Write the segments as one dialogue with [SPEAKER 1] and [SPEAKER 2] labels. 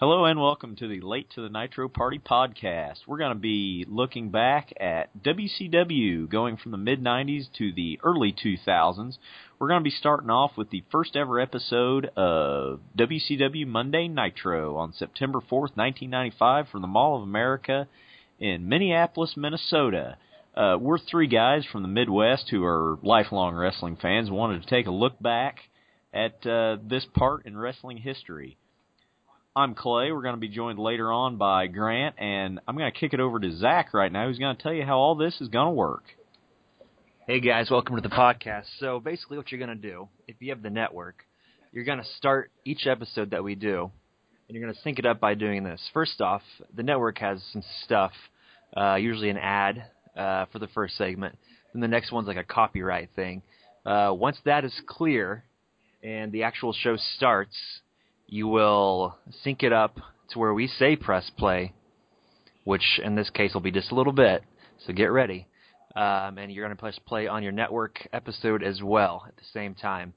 [SPEAKER 1] Hello and welcome to the Late to the Nitro Party podcast. We're going to be looking back at WCW going from the mid 90s to the early 2000s. We're going to be starting off with the first ever episode of WCW Monday Nitro on September 4th, 1995 from the Mall of America in Minneapolis, Minnesota. Uh, we're three guys from the Midwest who are lifelong wrestling fans, wanted to take a look back at uh, this part in wrestling history. I'm Clay. We're going to be joined later on by Grant, and I'm going to kick it over to Zach right now, who's going to tell you how all this is going to work.
[SPEAKER 2] Hey guys, welcome to the podcast. So basically, what you're going to do, if you have the network, you're going to start each episode that we do, and you're going to sync it up by doing this. First off, the network has some stuff, uh, usually an ad uh, for the first segment. Then the next one's like a copyright thing. Uh, once that is clear and the actual show starts, you will sync it up to where we say press play, which in this case will be just a little bit. So get ready. Um, and you're going to press play on your network episode as well at the same time.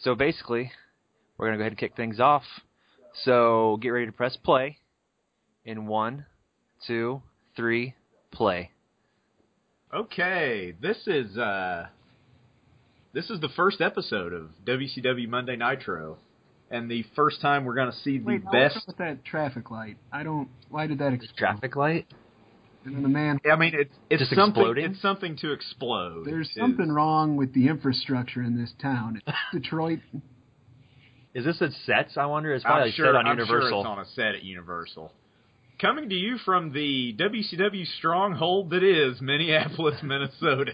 [SPEAKER 2] So basically, we're going to go ahead and kick things off. So get ready to press play in one, two, three, play.
[SPEAKER 3] Okay, this is uh, this is the first episode of WCW Monday Nitro, and the first time we're going to see the
[SPEAKER 4] Wait, now what's
[SPEAKER 3] best.
[SPEAKER 4] up with that traffic light? I don't. Why did that explode?
[SPEAKER 2] Traffic light?
[SPEAKER 4] And then the man.
[SPEAKER 3] I mean, it's it's
[SPEAKER 2] Just
[SPEAKER 3] something.
[SPEAKER 2] exploding?
[SPEAKER 3] It's something to explode.
[SPEAKER 4] There's
[SPEAKER 3] is-
[SPEAKER 4] something wrong with the infrastructure in this town. It's Detroit.
[SPEAKER 2] Is this at sets? I wonder. It's probably
[SPEAKER 3] I'm
[SPEAKER 2] like
[SPEAKER 3] sure.
[SPEAKER 2] set on
[SPEAKER 3] I'm sure
[SPEAKER 2] Universal.
[SPEAKER 3] it's on a set at Universal. Coming to you from the WCW stronghold that is Minneapolis, Minnesota.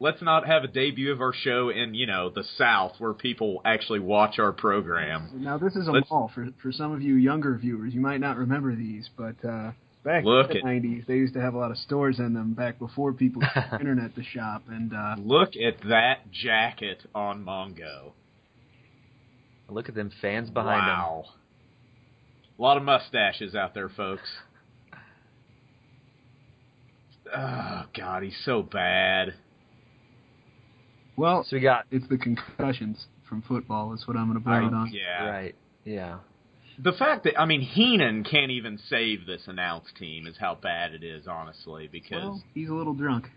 [SPEAKER 3] Let's not have a debut of our show in you know the South where people actually watch our program.
[SPEAKER 4] Now this is a
[SPEAKER 3] Let's-
[SPEAKER 4] mall for for some of you younger viewers. You might not remember these, but uh, back
[SPEAKER 3] Look
[SPEAKER 4] in the
[SPEAKER 3] at-
[SPEAKER 4] '90s, they used to have a lot of stores in them. Back before people had the internet to shop, and uh,
[SPEAKER 3] Look at that jacket on Mongo.
[SPEAKER 2] Look at them fans behind them.
[SPEAKER 3] wow. A lot of mustaches out there, folks. Oh God, he's so bad.
[SPEAKER 4] well,
[SPEAKER 2] So we got
[SPEAKER 4] it's the concussions from football. Is what I'm going to
[SPEAKER 3] I-
[SPEAKER 4] blame it on.
[SPEAKER 3] yeah.
[SPEAKER 2] right. Yeah.
[SPEAKER 3] The fact that I mean Heenan can't even save this announce team is how bad it is, honestly. Because
[SPEAKER 4] Well, he's a little drunk.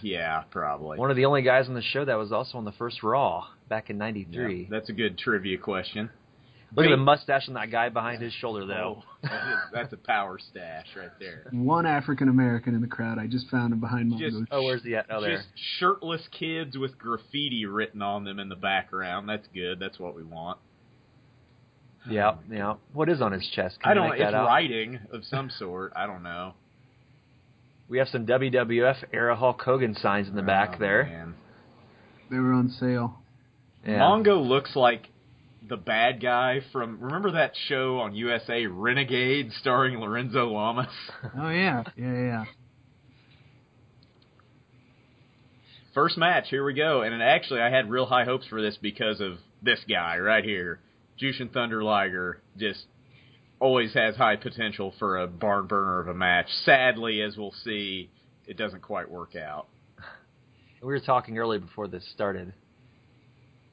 [SPEAKER 3] yeah, probably.
[SPEAKER 2] One of the only guys on the show that was also on the first Raw back in
[SPEAKER 3] Yeah,
[SPEAKER 2] '93.
[SPEAKER 3] that's a good trivia question.
[SPEAKER 2] Look at
[SPEAKER 3] Wait.
[SPEAKER 2] the mustache on that guy behind his shoulder, though.
[SPEAKER 3] Oh, that is- that's a power stash right there.
[SPEAKER 4] One African American in the crowd. I just found him behind my.
[SPEAKER 3] Just-
[SPEAKER 2] Oh, where's the oh there?
[SPEAKER 3] Just shirtless kids with graffiti written on them in the background. That's good. That's what we want. Um,
[SPEAKER 2] Yeah, yeah. What is on his chest? Can
[SPEAKER 3] I
[SPEAKER 2] you
[SPEAKER 3] don't.
[SPEAKER 2] make
[SPEAKER 3] It's
[SPEAKER 2] that out?
[SPEAKER 3] writing of some sort. I don't know.
[SPEAKER 2] We have some WWF era Hulk Hogan signs in the back
[SPEAKER 3] Oh,
[SPEAKER 2] there.
[SPEAKER 3] man.
[SPEAKER 4] They were on sale.
[SPEAKER 2] Yeah.
[SPEAKER 3] Mongo looks like the bad guy from. Remember that show on USA, Renegade, starring Lorenzo Lamas.
[SPEAKER 4] Oh yeah, yeah, yeah.
[SPEAKER 3] First match. Here we go. And it, actually, I had real high hopes for this because of this guy right here, Jushin Thunder Liger. Just always has high potential for a barn burner of a match. Sadly, as we'll see, it doesn't quite work out.
[SPEAKER 2] We were talking earlier before this started.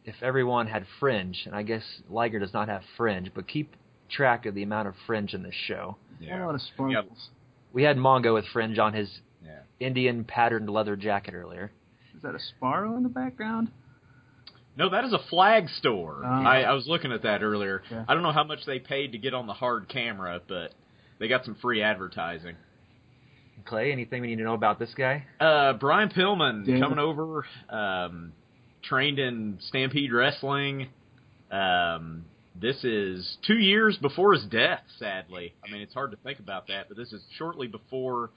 [SPEAKER 2] If everyone had fringe, and I guess Liger does not have fringe, but keep track of the amount of fringe in this show.
[SPEAKER 4] A lot of sparkles.
[SPEAKER 2] We had Mongo with fringe on his
[SPEAKER 3] Yeah.
[SPEAKER 2] Indian patterned leather jacket earlier.
[SPEAKER 4] Is that a Sparrow in the background?
[SPEAKER 3] No, that is a flag store.
[SPEAKER 4] Ah.
[SPEAKER 3] I, I was looking at that earlier.
[SPEAKER 4] Yeah.
[SPEAKER 3] I don't know how much they paid to get on the hard camera, but they got some free advertising.
[SPEAKER 2] Clay, anything we need to know about this guy?
[SPEAKER 3] Uh, Brian Pillman
[SPEAKER 4] Yeah.
[SPEAKER 3] coming over, um, trained in Stampede Wrestling. Um, this is two years before his death, sadly. I mean, it's hard to think about that, but this is shortly before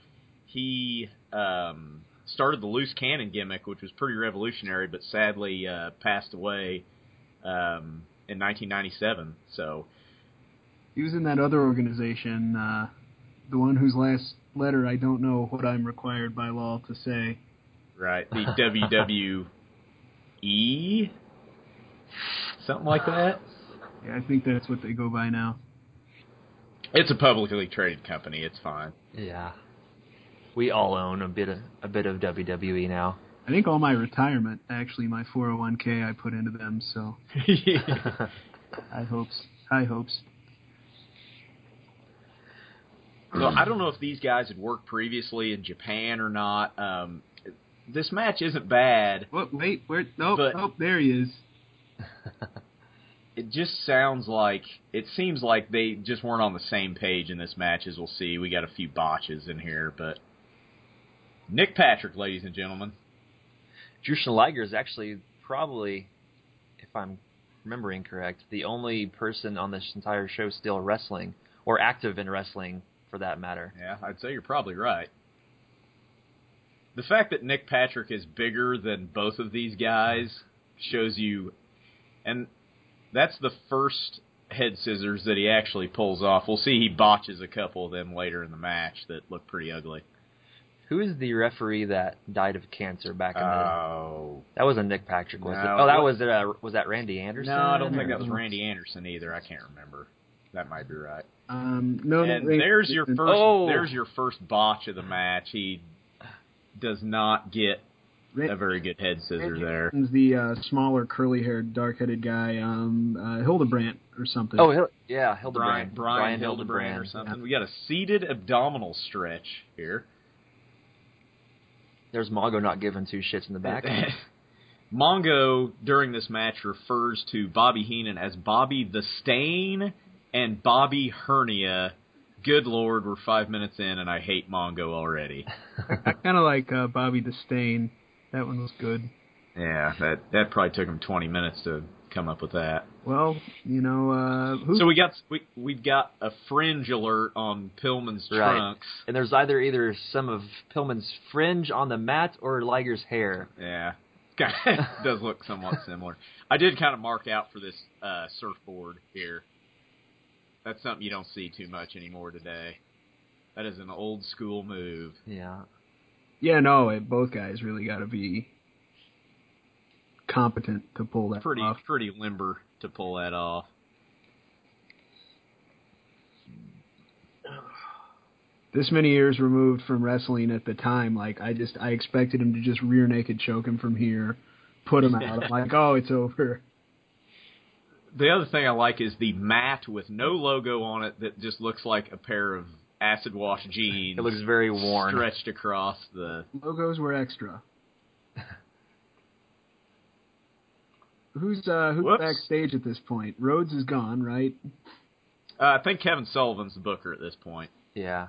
[SPEAKER 3] he um, started the loose cannon gimmick, which was pretty revolutionary, but sadly uh, passed away um, in 1997. So,
[SPEAKER 4] He was in that other organization, uh, the one whose last letter I don't know what I'm required by law to say.
[SPEAKER 3] right, the WWE, something like that.
[SPEAKER 4] Yeah, I think that's what they go by now.
[SPEAKER 3] It's a publicly traded company. It's fine.
[SPEAKER 2] Yeah. We all own a bit of a bit of WWE now.
[SPEAKER 4] I think all my retirement, oh actually, my 401k, I put into them, so I hopes high hopes.
[SPEAKER 3] So I don't know if these guys had worked previously in Japan or not. Um, this match isn't bad.
[SPEAKER 4] What? Oh, Wait, where? Nope,
[SPEAKER 3] But-
[SPEAKER 4] nope. There he is.
[SPEAKER 3] It just sounds like it seems like they just weren't on the same page in this match. As we'll see, we got a few botches in here, but Nick Patrick, ladies and gentlemen,
[SPEAKER 2] Jushin Liger is actually probably, if I'm remembering correct, the only person on this entire show still wrestling or active in wrestling for that matter.
[SPEAKER 3] yeah, I'd say you're probably right. The fact that Nick Patrick is bigger than both of these guys shows you, and that's the first head scissors that he actually pulls off. We'll see he botches a couple of them later in the match that look pretty ugly.
[SPEAKER 2] Who is the referee that died of cancer back in the?
[SPEAKER 3] Oh.
[SPEAKER 2] That wasn't Nick Patrick, was
[SPEAKER 3] No.
[SPEAKER 2] it? Oh, that was uh, was that Randy Anderson?
[SPEAKER 3] No, I don't think
[SPEAKER 2] or-
[SPEAKER 3] that was Randy Anderson either. I can't remember. That might be right.
[SPEAKER 4] Um, no.
[SPEAKER 3] And
[SPEAKER 4] wait,
[SPEAKER 3] there's your first.
[SPEAKER 2] Oh.
[SPEAKER 3] There's your first botch of the match. He does not get
[SPEAKER 4] Ra-
[SPEAKER 3] a very good head scissor
[SPEAKER 4] Randy
[SPEAKER 3] there.
[SPEAKER 4] Orton's the uh, smaller, curly-haired, dark-headed guy, um, uh, Hildebrandt or something.
[SPEAKER 2] Oh, Hil- yeah,
[SPEAKER 3] Brian,
[SPEAKER 2] Hildebrand.
[SPEAKER 3] Brian Hildebrand or something. We got a seated abdominal stretch here.
[SPEAKER 2] There's Mago not giving two shits in the back.
[SPEAKER 3] Mongo during this match refers to Bobby Heenan as Bobby the Stain and Bobby Hernia. Good lord, we're five minutes in and I hate Mongo already.
[SPEAKER 4] kind of like uh, Bobby the Stain. That one was good.
[SPEAKER 3] Yeah, that that probably took him 20 minutes to come up with that.
[SPEAKER 4] Well, you know, uh, who?
[SPEAKER 3] So we got we we've got a fringe alert on Pillman's
[SPEAKER 2] Right.
[SPEAKER 3] trunks.
[SPEAKER 2] and there's either either some of Pillman's fringe on the mat or Liger's hair.
[SPEAKER 3] Yeah. does look somewhat similar. I did kind of mark out for this uh, surfboard here. That's something you don't see too much anymore today. That is an old school move.
[SPEAKER 2] Yeah.
[SPEAKER 4] yeah, no, it, both guys really got to be competent to pull that
[SPEAKER 3] Pretty
[SPEAKER 4] off.
[SPEAKER 3] pretty limber to pull that off.
[SPEAKER 4] This many years removed from wrestling at the time, like I just I expected him to just rear naked choke him from here, put him out. I'm like, oh, it's over.
[SPEAKER 3] The other thing I like is the mat with no logo on it that just looks like a pair of acid wash jeans.
[SPEAKER 2] It looks very worn.
[SPEAKER 3] stretched across the
[SPEAKER 4] Logos were extra. Who's uh who's
[SPEAKER 3] Whoops.
[SPEAKER 4] backstage at this point? Rhodes is gone, right?
[SPEAKER 3] Uh, I think Kevin Sullivan's the booker at this point.
[SPEAKER 2] Yeah.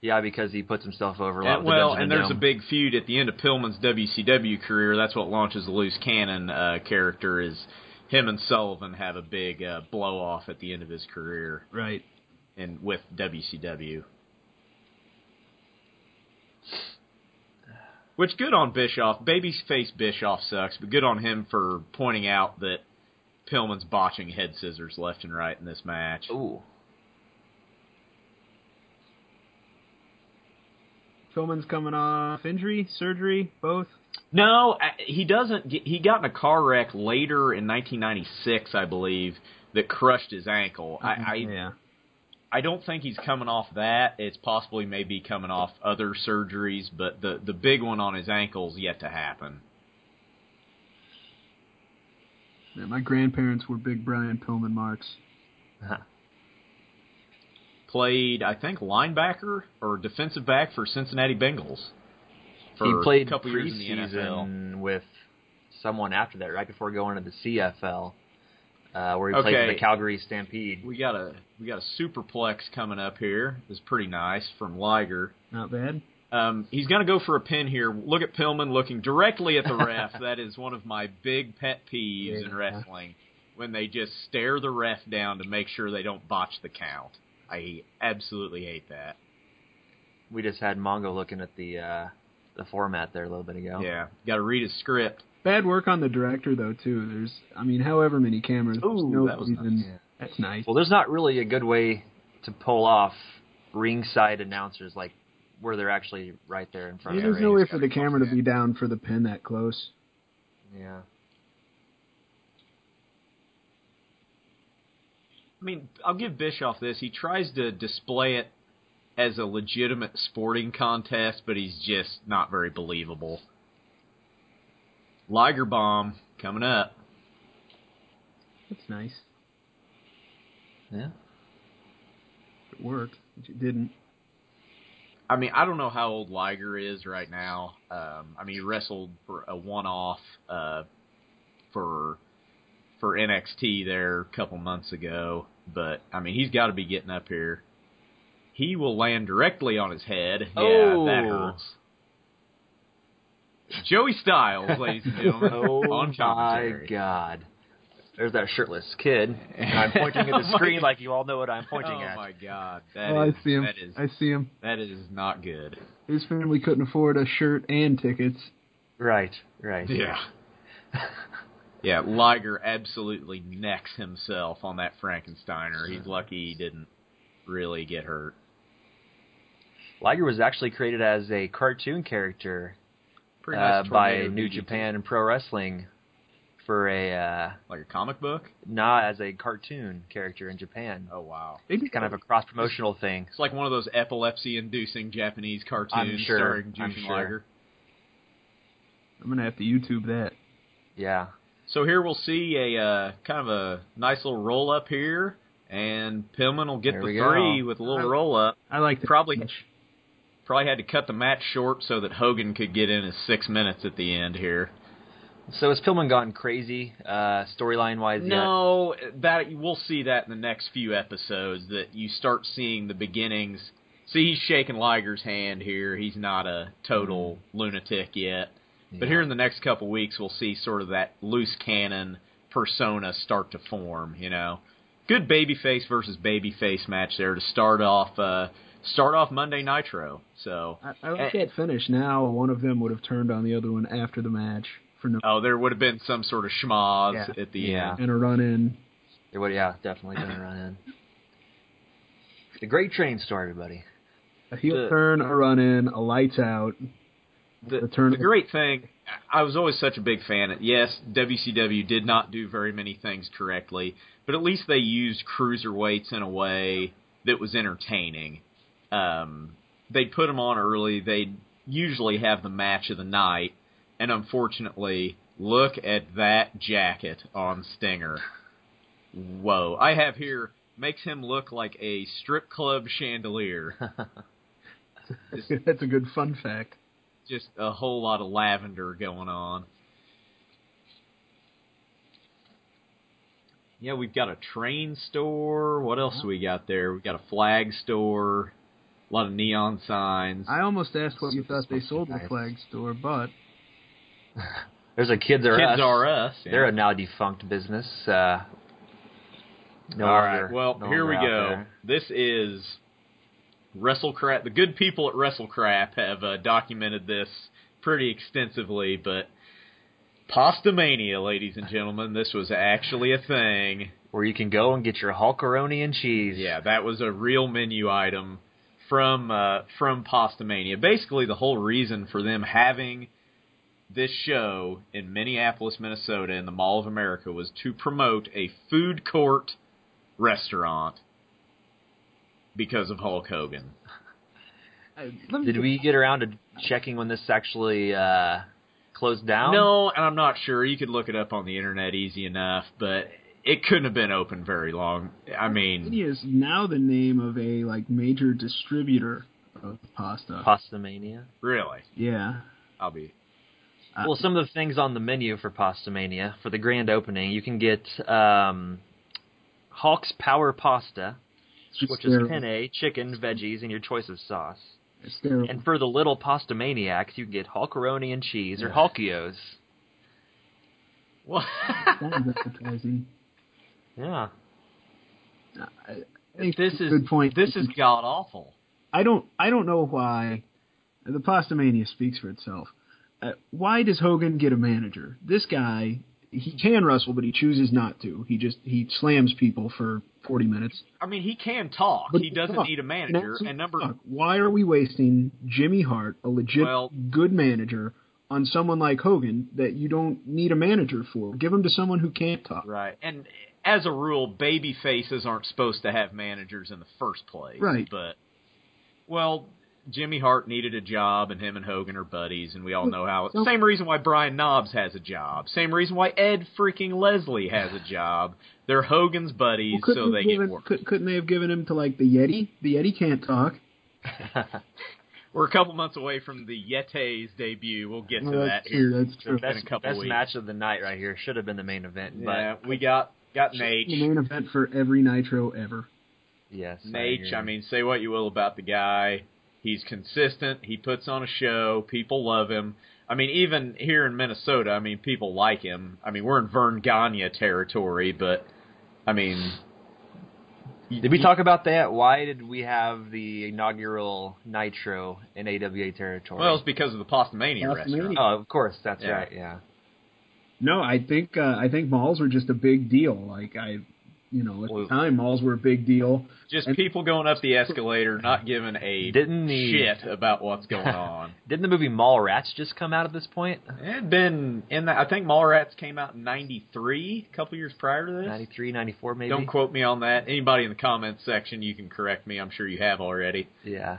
[SPEAKER 2] Yeah, because he puts himself over a lot
[SPEAKER 3] And,
[SPEAKER 2] with the
[SPEAKER 3] well,
[SPEAKER 2] Benjamin
[SPEAKER 3] and there's
[SPEAKER 2] Dome.
[SPEAKER 3] a big feud at the end of Pillman's WCW career. That's what launches the loose cannon uh, character. Is him and Sullivan have a big uh, blow off at the end of his career
[SPEAKER 4] Right.
[SPEAKER 3] and with WCW. Which good on Bischoff. Babyface Bischoff sucks, but good on him for pointing out that Pillman's botching head scissors left and right in this match.
[SPEAKER 2] Ooh.
[SPEAKER 4] Pillman's coming off injury, surgery, both.
[SPEAKER 3] No, I- he doesn't. Get, he got in a car wreck later in 1996, I believe, that crushed his ankle. I, I
[SPEAKER 2] Mm-hmm.
[SPEAKER 4] yeah.
[SPEAKER 3] I don't think he's coming off that. It's possibly maybe coming off other surgeries, but the the big one on his ankle's yet to happen.
[SPEAKER 4] Yeah, my grandparents were big Brian Pillman marks.
[SPEAKER 3] Played, I think, linebacker or defensive back for Cincinnati Bengals. For
[SPEAKER 2] he played
[SPEAKER 3] a couple years in the NFL.
[SPEAKER 2] preseason with someone after that, right before going to the CFL, uh, where he played
[SPEAKER 3] Okay.
[SPEAKER 2] for the Calgary Stampede.
[SPEAKER 3] We got a we got a superplex coming up here. It's pretty nice from Liger.
[SPEAKER 4] Not bad.
[SPEAKER 3] Um, he's going to go for a pin here. Look at Pillman looking directly at the ref. that is one of my big pet peeves in
[SPEAKER 4] Yeah.
[SPEAKER 3] wrestling when they just stare the ref down to make sure they don't botch the count. I absolutely hate that.
[SPEAKER 2] We just had Mongo looking at the uh, the format there a little bit ago.
[SPEAKER 3] Yeah, got to read his script.
[SPEAKER 4] Bad work on the director though too. There's I mean, however many cameras. there's
[SPEAKER 3] Ooh,
[SPEAKER 4] no
[SPEAKER 3] that was
[SPEAKER 4] reason-
[SPEAKER 3] nice.
[SPEAKER 2] Yeah.
[SPEAKER 4] That's nice.
[SPEAKER 2] Well, there's not really a good way to pull off ringside announcers like where they're actually right there in front
[SPEAKER 4] There's
[SPEAKER 2] of
[SPEAKER 4] no way
[SPEAKER 2] everybody.
[SPEAKER 4] for the camera to be down for the pin that close.
[SPEAKER 2] Yeah.
[SPEAKER 3] I mean, I'll give Bischoff this. He tries to display it as a legitimate sporting contest, but he's just not very believable. Liger bomb coming up.
[SPEAKER 4] That's nice.
[SPEAKER 2] Yeah.
[SPEAKER 4] It worked, which it didn't.
[SPEAKER 3] I mean, I don't know how old Liger is right now. Um, I mean, he wrestled for a one-off uh, for for NXT there a couple months ago, but I mean, he's got to be getting up here. He will land directly on his head.
[SPEAKER 2] Oh.
[SPEAKER 3] Yeah, that hurts. Joey Styles, ladies and gentlemen, on
[SPEAKER 2] Oh my
[SPEAKER 3] commentary.
[SPEAKER 2] God. There's that shirtless kid. Oh And I'm pointing at the screen like you all know what I'm pointing
[SPEAKER 3] oh
[SPEAKER 2] at.
[SPEAKER 3] my God, that
[SPEAKER 4] Oh, I
[SPEAKER 3] is-
[SPEAKER 4] see him.
[SPEAKER 3] that is
[SPEAKER 4] I see him.
[SPEAKER 3] that is not good.
[SPEAKER 4] His family couldn't afford a shirt and tickets.
[SPEAKER 2] Right, right.
[SPEAKER 3] yeah, Liger absolutely necks himself on that Frankensteiner. He's lucky he didn't really get hurt.
[SPEAKER 2] Liger was actually created as a cartoon character
[SPEAKER 3] Pretty
[SPEAKER 2] uh,
[SPEAKER 3] nice
[SPEAKER 2] by
[SPEAKER 3] tornado
[SPEAKER 2] New
[SPEAKER 3] DDT.
[SPEAKER 2] Japan and Pro Wrestling for a uh,
[SPEAKER 3] Like a comic book?
[SPEAKER 2] not as a cartoon character in Japan.
[SPEAKER 3] Oh, wow.
[SPEAKER 2] It's kind of a cross promotional thing.
[SPEAKER 3] It's like one of those epilepsy inducing Japanese cartoons
[SPEAKER 2] sure,
[SPEAKER 3] starring
[SPEAKER 2] I'm
[SPEAKER 3] Jushin
[SPEAKER 2] sure.
[SPEAKER 3] Liger.
[SPEAKER 4] I'm gonna have to YouTube that.
[SPEAKER 2] Yeah.
[SPEAKER 3] So here we'll see a uh, kind of a nice little roll up here, and Pillman will get
[SPEAKER 2] There we
[SPEAKER 3] the
[SPEAKER 2] go.
[SPEAKER 3] three with a little roll up.
[SPEAKER 4] I like that.
[SPEAKER 3] Probably probably had to cut the match short so that Hogan could get in his six minutes at the end here.
[SPEAKER 2] So has Pillman gotten crazy uh, storyline wise yet?
[SPEAKER 3] No, that we'll see that in the next few episodes. That you start seeing the beginnings. See, he's shaking Liger's hand here. He's not a total lunatic yet. But
[SPEAKER 2] Mm-hmm. Yeah.
[SPEAKER 3] here in the next couple weeks, we'll see sort of that loose cannon persona start to form. You know, good babyface versus babyface match there to start off. Uh, start off Monday Nitro. So,
[SPEAKER 4] I, I
[SPEAKER 2] Eh.
[SPEAKER 4] like that finish. Now one of them would have turned on the other one after the match for no
[SPEAKER 3] oh, there would have been some sort of schmoz
[SPEAKER 4] Yeah.
[SPEAKER 3] at the
[SPEAKER 2] Yeah.
[SPEAKER 3] end.
[SPEAKER 4] and a run in.
[SPEAKER 2] It would, yeah, definitely going to run in. The great train story, everybody.
[SPEAKER 4] A heel
[SPEAKER 3] The-
[SPEAKER 4] turn, a run in, a lights out.
[SPEAKER 3] the,
[SPEAKER 4] Return-
[SPEAKER 3] the great thing, I was always such a big fan. Of, yes, WCW did not do very many things correctly, but at least they used cruiserweights in a way that was entertaining. Um, they'd put them on early. They'd usually have the match of the night, and unfortunately, look at that jacket on Stinger. Whoa! I have here makes him look like a strip club chandelier.
[SPEAKER 4] That's a good fun fact.
[SPEAKER 3] just a whole lot of lavender going on. Yeah, we've got a train store. What else we got there? We've got a flag store. A lot of neon signs.
[SPEAKER 4] I almost asked what you thought they sold the
[SPEAKER 2] Nice.
[SPEAKER 4] flag store, but
[SPEAKER 2] There's a Kids Are
[SPEAKER 3] Kids
[SPEAKER 2] Us.
[SPEAKER 3] are us. yeah.
[SPEAKER 2] They're a now defunct business. Uh, no
[SPEAKER 3] All
[SPEAKER 2] longer-
[SPEAKER 3] right. Well,
[SPEAKER 2] no
[SPEAKER 3] here
[SPEAKER 2] longer
[SPEAKER 3] we
[SPEAKER 2] out
[SPEAKER 3] go.
[SPEAKER 2] there.
[SPEAKER 3] This is WrestleCrap. The good people at WrestleCrap have uh, documented this pretty extensively, but Pasta Mania, ladies and gentlemen, this was actually a thing.
[SPEAKER 2] Where you can go and get your Hulkaroni and cheese.
[SPEAKER 3] Yeah, that was a real menu item from uh, from Pastamania. Basically, the whole reason for them having this show in Minneapolis, Minnesota, in the Mall of America, was to promote a food court restaurant because of Hulk Hogan.
[SPEAKER 4] I, uh, let me
[SPEAKER 2] Did
[SPEAKER 4] get-
[SPEAKER 2] we get around to checking when this actually uh, closed down?
[SPEAKER 3] No, and I'm not sure. You could look it up on the internet easy enough, but it couldn't have been open very long. I mean,
[SPEAKER 4] He is now the name of a like major distributor of pasta.
[SPEAKER 2] Pasta Mania.
[SPEAKER 3] really,
[SPEAKER 4] yeah.
[SPEAKER 3] I'll be
[SPEAKER 4] Uh,
[SPEAKER 2] well, some of the things on the menu for Pasta Mania for the grand opening, you can get um, Hawk's Power Pasta, which is
[SPEAKER 4] Sterile.
[SPEAKER 2] penne, chicken, veggies, and your choice of sauce.
[SPEAKER 4] Sterile.
[SPEAKER 2] And for the little pasta maniacs, you can get Hulkaroni and cheese or Hulkios.
[SPEAKER 3] well.
[SPEAKER 4] That was appetizing.
[SPEAKER 2] Yeah.
[SPEAKER 4] I I think
[SPEAKER 3] this
[SPEAKER 4] that's a
[SPEAKER 3] is
[SPEAKER 4] good point.
[SPEAKER 3] This is god awful.
[SPEAKER 4] I don't I don't know why the pasta mania speaks for itself. Uh, why does Hogan get a manager? This guy he can wrestle, but he chooses not to. He just he slams people for forty minutes.
[SPEAKER 3] I mean, he can talk.
[SPEAKER 4] But
[SPEAKER 3] he doesn't
[SPEAKER 4] fuck,
[SPEAKER 3] need a
[SPEAKER 4] an
[SPEAKER 3] manager.
[SPEAKER 4] absolute
[SPEAKER 3] And number,
[SPEAKER 4] fuck. why are we wasting Jimmy Hart, a legit
[SPEAKER 3] Well-
[SPEAKER 4] good manager, on someone like Hogan that you don't need a manager for? Give him to someone who can't talk.
[SPEAKER 3] right? And as a rule, baby faces aren't supposed to have managers in the first place.
[SPEAKER 4] Right.
[SPEAKER 3] But well, Jimmy Hart needed a job, and him and Hogan are buddies, and we all know how.
[SPEAKER 4] So-
[SPEAKER 3] Same reason why Brian Knobs has a job. Same reason why Ed freaking Leslie has a job. They're Hogan's buddies,
[SPEAKER 4] couldn't
[SPEAKER 3] so
[SPEAKER 4] have
[SPEAKER 3] they
[SPEAKER 4] given-
[SPEAKER 3] get work.
[SPEAKER 4] could- Couldn't they have given him to like the Yeti? The Yeti can't talk.
[SPEAKER 3] We're a couple months away from the Yete's debut. We'll get to
[SPEAKER 4] Well,
[SPEAKER 3] that
[SPEAKER 4] that's
[SPEAKER 3] here
[SPEAKER 4] true. That's true.
[SPEAKER 3] in a
[SPEAKER 2] Best,
[SPEAKER 3] couple
[SPEAKER 2] best
[SPEAKER 3] weeks.
[SPEAKER 2] match of the night right here should have been the main event,
[SPEAKER 3] yeah, we got got Nate.
[SPEAKER 4] The main event for every Nitro ever.
[SPEAKER 2] but yes,
[SPEAKER 3] Nate,
[SPEAKER 2] agree.
[SPEAKER 3] I mean, say what you will about the guy. He's consistent. He puts on a show. People love him. I mean, even here in Minnesota, I mean, people like him. I mean, we're in Vern Gagne territory, but I mean,
[SPEAKER 2] Did we talk about that? Why did we have the inaugural Nitro in AWA territory?
[SPEAKER 3] well, it's because of the Postamania,
[SPEAKER 4] Postamania.
[SPEAKER 3] restaurant.
[SPEAKER 2] oh, of course, that's
[SPEAKER 3] Yeah.
[SPEAKER 2] right. Yeah,
[SPEAKER 4] No, I think uh, I think malls were just a big deal. Like I, you know, at
[SPEAKER 2] Well-
[SPEAKER 4] the time malls were a big deal.
[SPEAKER 3] Just
[SPEAKER 4] And-
[SPEAKER 3] people going up the escalator, not giving a
[SPEAKER 2] Didn't the-
[SPEAKER 3] shit about what's going on.
[SPEAKER 2] didn't the movie Mallrats just come out at this point?
[SPEAKER 3] It had been in that. I think Mallrats came out in '93, a couple years prior to this.
[SPEAKER 2] 93, 94 maybe.
[SPEAKER 3] Don't quote me on that. Anybody in the comments section, you can correct me. I'm sure you have already.
[SPEAKER 2] Yeah.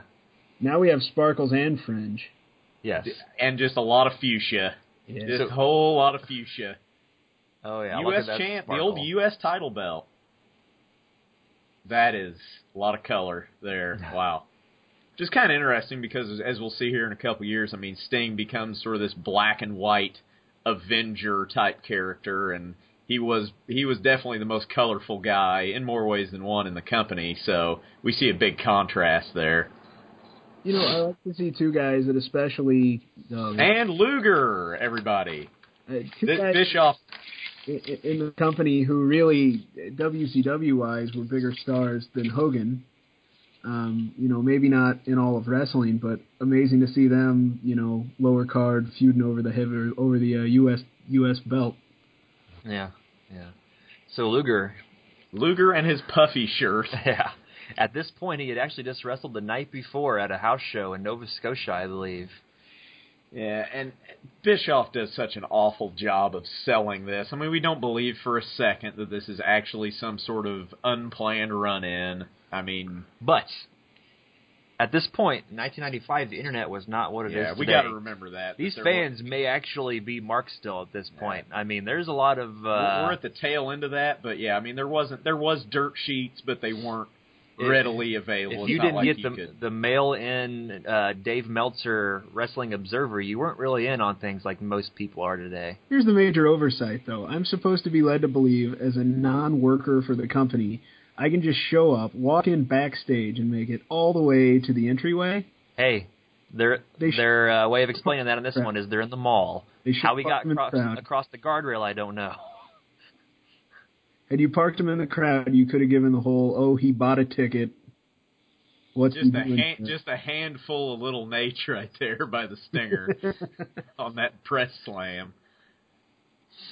[SPEAKER 4] Now we have sparkles and fringe.
[SPEAKER 2] Yes.
[SPEAKER 3] and just a lot of fuchsia.
[SPEAKER 4] Yeah.
[SPEAKER 3] Just
[SPEAKER 2] So-
[SPEAKER 3] a whole lot of fuchsia.
[SPEAKER 2] Oh yeah. look at
[SPEAKER 3] U.S.
[SPEAKER 2] that
[SPEAKER 3] champ,
[SPEAKER 2] sparkle.
[SPEAKER 3] the old U.S. title belt. That is a lot of color there. Wow. Just kind of interesting because, as- as we'll see here in a couple years, I mean, Sting becomes sort of this black and white Avenger type character, and he was he was definitely the most colorful guy in more ways than one in the company. So we see a big contrast there.
[SPEAKER 4] You know, I like to see two guys that especially um,
[SPEAKER 3] And Luger, everybody,
[SPEAKER 4] uh, two
[SPEAKER 3] this
[SPEAKER 4] guys
[SPEAKER 3] Bischoff
[SPEAKER 4] i- i- in the company who really WCW wise were bigger stars than Hogan. Um, you know, maybe not in all of wrestling, but amazing to see them. You know, lower card feuding over the heavier over the uh, U.S. U.S. belt.
[SPEAKER 2] Yeah. Yeah. So Luger.
[SPEAKER 3] Luger and his puffy shirt.
[SPEAKER 2] Yeah. At this point, he had actually just wrestled the night before at a house show in Nova Scotia, I believe.
[SPEAKER 3] Yeah, and Bischoff does such an awful job of selling this. I mean, we don't believe for a second that this is actually some sort of unplanned run in. I mean,
[SPEAKER 2] But at this point, in 1995, the internet was not what it is
[SPEAKER 3] yeah, we
[SPEAKER 2] today.
[SPEAKER 3] got to remember that. that
[SPEAKER 2] These
[SPEAKER 3] there
[SPEAKER 2] fans may actually be marked still at this point. I mean, there's a lot of.
[SPEAKER 3] were- we're,
[SPEAKER 2] Uh,
[SPEAKER 3] at the tail end of that, but yeah, I mean, there wasn't there was dirt sheets, but they weren't
[SPEAKER 2] If-
[SPEAKER 3] readily available.
[SPEAKER 2] if
[SPEAKER 3] It's
[SPEAKER 2] you
[SPEAKER 3] not
[SPEAKER 2] didn't
[SPEAKER 3] like
[SPEAKER 2] get
[SPEAKER 3] you
[SPEAKER 2] the
[SPEAKER 3] could-
[SPEAKER 2] the mail in uh, Dave Meltzer Wrestling Observer, you weren't really in on things like most people are today.
[SPEAKER 4] Here's the major oversight, though. I'm supposed to be led to believe, as a non worker for the company, I can just show up, walk in backstage, and make it all the way to the entryway.
[SPEAKER 2] Hey, their
[SPEAKER 4] They sh-
[SPEAKER 2] their uh, way of explaining that in this one is they're in the mall.
[SPEAKER 4] They should
[SPEAKER 2] How we got
[SPEAKER 4] park them in the
[SPEAKER 2] across,
[SPEAKER 4] crowd.
[SPEAKER 2] across the guardrail, I don't know.
[SPEAKER 4] Had you parked him in the crowd, you could have given the whole, oh, he bought a ticket. What's he
[SPEAKER 3] just a
[SPEAKER 4] doing
[SPEAKER 3] hand,
[SPEAKER 4] here?"
[SPEAKER 3] just a handful of little Nate right there by the stinger on that press slam.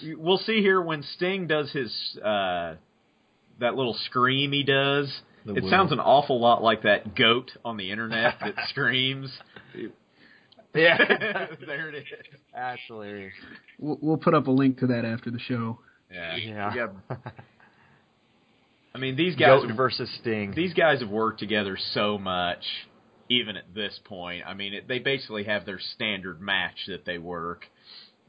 [SPEAKER 3] We'll see here when Sting does his uh, that little scream he does.
[SPEAKER 2] The
[SPEAKER 3] it
[SPEAKER 2] woo.
[SPEAKER 3] sounds an awful lot like that goat on the internet that screams.
[SPEAKER 2] Yeah,
[SPEAKER 3] there it is.
[SPEAKER 2] actually,
[SPEAKER 4] We'll, we'll put up a link to that after the show.
[SPEAKER 3] Yeah.
[SPEAKER 2] yeah.
[SPEAKER 3] I mean these guys
[SPEAKER 2] Goat versus Sting.
[SPEAKER 3] these guys have worked together so much even at this point. I mean it, they basically have their standard match that they work.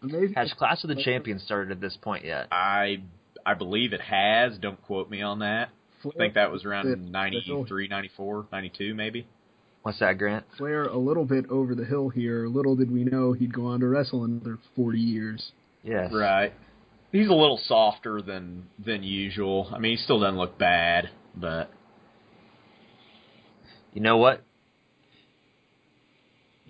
[SPEAKER 4] Amazing.
[SPEAKER 2] Has Clash of the Champions started at this point yet?
[SPEAKER 3] I I believe it has. Don't quote me on that. I think that was
[SPEAKER 4] The-
[SPEAKER 3] around ninety
[SPEAKER 4] the hill-
[SPEAKER 3] three, ninety four, ninety two, maybe.
[SPEAKER 2] What's that, Grant?
[SPEAKER 4] Flair a little bit over the hill here. Little did we know he'd go on to wrestle another 40 years.
[SPEAKER 2] Yes.
[SPEAKER 3] Right. He's a little softer than than usual. I mean, he still doesn't look bad, but
[SPEAKER 2] You know what?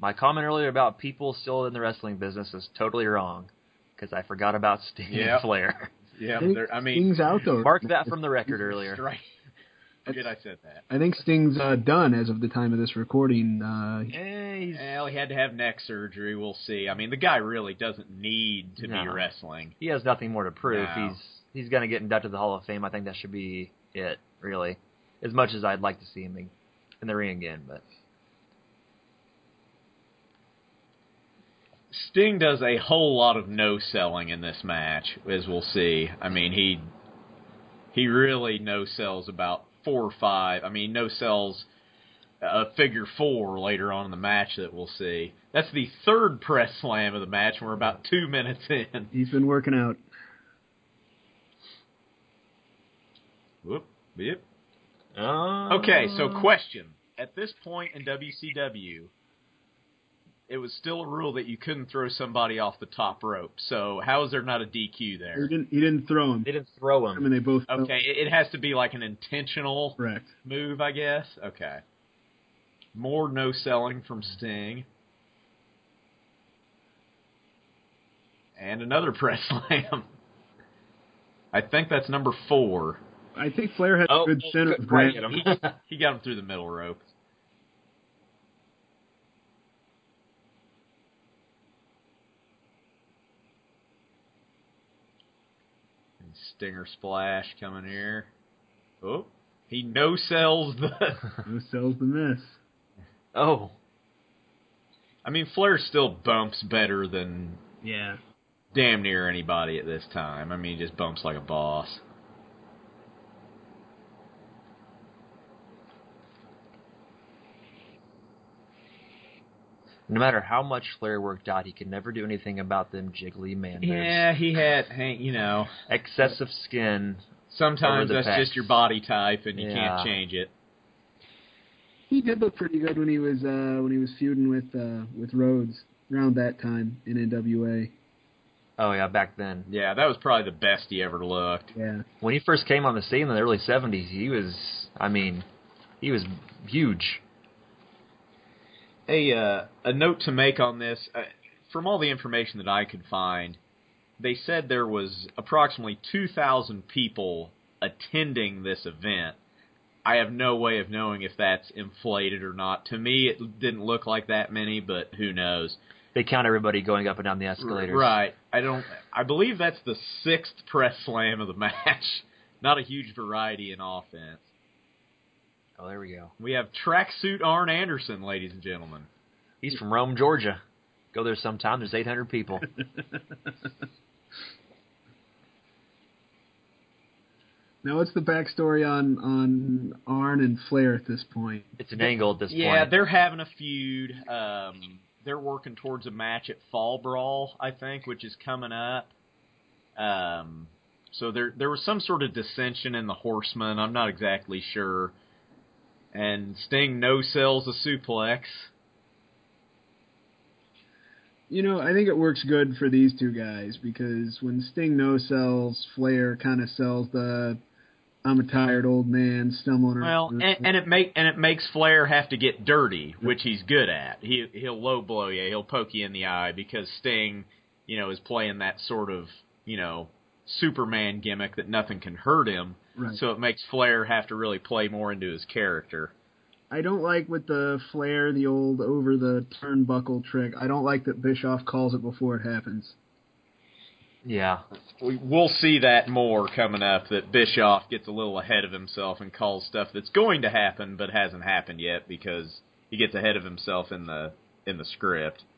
[SPEAKER 2] My comment earlier about people still in the wrestling business is totally wrong because I forgot about Sting
[SPEAKER 3] Yeah.
[SPEAKER 2] and Flair.
[SPEAKER 3] yeah,
[SPEAKER 4] I think
[SPEAKER 3] I mean,
[SPEAKER 4] Sting's out, though.
[SPEAKER 2] Mark that from the record earlier.
[SPEAKER 3] strike. Forget I said that.
[SPEAKER 4] I think Sting's uh, done as of the time of this recording. Uh,
[SPEAKER 2] Eh, he's-
[SPEAKER 3] Well, he had to have neck surgery. We'll see. I mean, the guy really doesn't need to be
[SPEAKER 2] No.
[SPEAKER 3] wrestling.
[SPEAKER 2] he has nothing more to prove.
[SPEAKER 3] No.
[SPEAKER 2] He's he's gonna get inducted to the Hall of Fame. I think that should be it, really. As much as I'd like to see him in- in the ring again, but
[SPEAKER 3] Sting does a whole lot of no selling in this match, as we'll see. I mean, he he really no sells about four or five. I mean, no sells a figure four later on in the match that we'll see. That's the third press slam of the match, and we're about two minutes in.
[SPEAKER 4] He's been working out.
[SPEAKER 3] Whoop, yep.
[SPEAKER 1] Uh,
[SPEAKER 3] Okay, so
[SPEAKER 2] Hmm.
[SPEAKER 3] question. At this point in WCW, it was still a rule that you couldn't throw somebody off the top rope. So how is there not a DQ
[SPEAKER 4] He
[SPEAKER 3] there?
[SPEAKER 4] didn't. He didn't throw him.
[SPEAKER 2] They didn't throw
[SPEAKER 4] I
[SPEAKER 2] him.
[SPEAKER 4] mean, they both. fell
[SPEAKER 3] Okay, it it has to be like an intentional
[SPEAKER 4] Correct.
[SPEAKER 3] move, I guess. Okay. More no selling from Sting. And another press slam. I think that's number four.
[SPEAKER 4] I think Flair had
[SPEAKER 2] Oh,
[SPEAKER 4] a good
[SPEAKER 2] oh,
[SPEAKER 4] center.
[SPEAKER 2] good-
[SPEAKER 4] of
[SPEAKER 2] right,
[SPEAKER 4] gravity.
[SPEAKER 2] get him.
[SPEAKER 3] He, he got him through the middle rope. And Stinger splash coming here. Oh, he no sells the
[SPEAKER 4] Who sells the miss?
[SPEAKER 2] Oh,
[SPEAKER 3] I mean, Flair still bumps better than
[SPEAKER 4] Yeah.
[SPEAKER 3] damn near anybody at this time. I mean, he just bumps like a boss.
[SPEAKER 2] no matter how much Flair worked out, he could never do anything about them jiggly man moves.
[SPEAKER 3] Yeah, he had, hey, you know,
[SPEAKER 2] Excessive skin.
[SPEAKER 3] sometimes
[SPEAKER 2] Over the
[SPEAKER 3] that's
[SPEAKER 2] back.
[SPEAKER 3] just your body type and you
[SPEAKER 2] Yeah.
[SPEAKER 3] can't change it.
[SPEAKER 4] He did look pretty good when he was uh, when he was feuding with uh, with Rhodes around that time in NWA.
[SPEAKER 2] Oh yeah, back then
[SPEAKER 3] Yeah, that was probably the best he ever looked.
[SPEAKER 4] Yeah.
[SPEAKER 2] when he first came on the scene in the early '70s, he was, I mean, he was huge.
[SPEAKER 3] a uh, a note to make on this. Uh, from all the information that I could find, they said there was approximately 2,000 people attending this event. I have no way of knowing if that's inflated or not. To me, it didn't look like that many, but who knows?
[SPEAKER 2] They count everybody going up and down the escalators.
[SPEAKER 3] Right. I don't. I believe that's the sixth press slam of the match. Not a huge variety in offense.
[SPEAKER 2] Oh, there we go.
[SPEAKER 3] We have tracksuit Arn Anderson, ladies and gentlemen.
[SPEAKER 2] He's from Rome, Georgia. Go there sometime. There's 800 people.
[SPEAKER 4] Now, what's the backstory on on Arn and Flair at this point?
[SPEAKER 2] It's an angle at this
[SPEAKER 3] Yeah,
[SPEAKER 2] point.
[SPEAKER 3] they're having a feud. Um, they're working towards a match at Fall Brawl, I think, which is coming up. Um, so there there was some sort of dissension in the Horsemen. I'm not exactly sure. And Sting no sells a suplex.
[SPEAKER 4] You know, I think it works good for these two guys because when Sting no sells, Flair kind of sells the "I'm a tired old man stumbling
[SPEAKER 3] Well,
[SPEAKER 4] around."
[SPEAKER 3] and, and it make and it makes Flair have to get dirty, which he's good at. He he'll low blow you, he'll poke you in the eye because Sting, you know, is playing that sort of you know Superman gimmick that nothing can hurt him.
[SPEAKER 4] right.
[SPEAKER 3] So it makes Flair have to really play more into his character.
[SPEAKER 4] I don't like with the Flair the old over the turnbuckle trick. I don't like that Bischoff calls it before it happens.
[SPEAKER 2] yeah.
[SPEAKER 3] We, we'll see that more coming up. That Bischoff gets a little ahead of himself and calls stuff that's going to happen but hasn't happened yet because he gets ahead of himself in the in the script.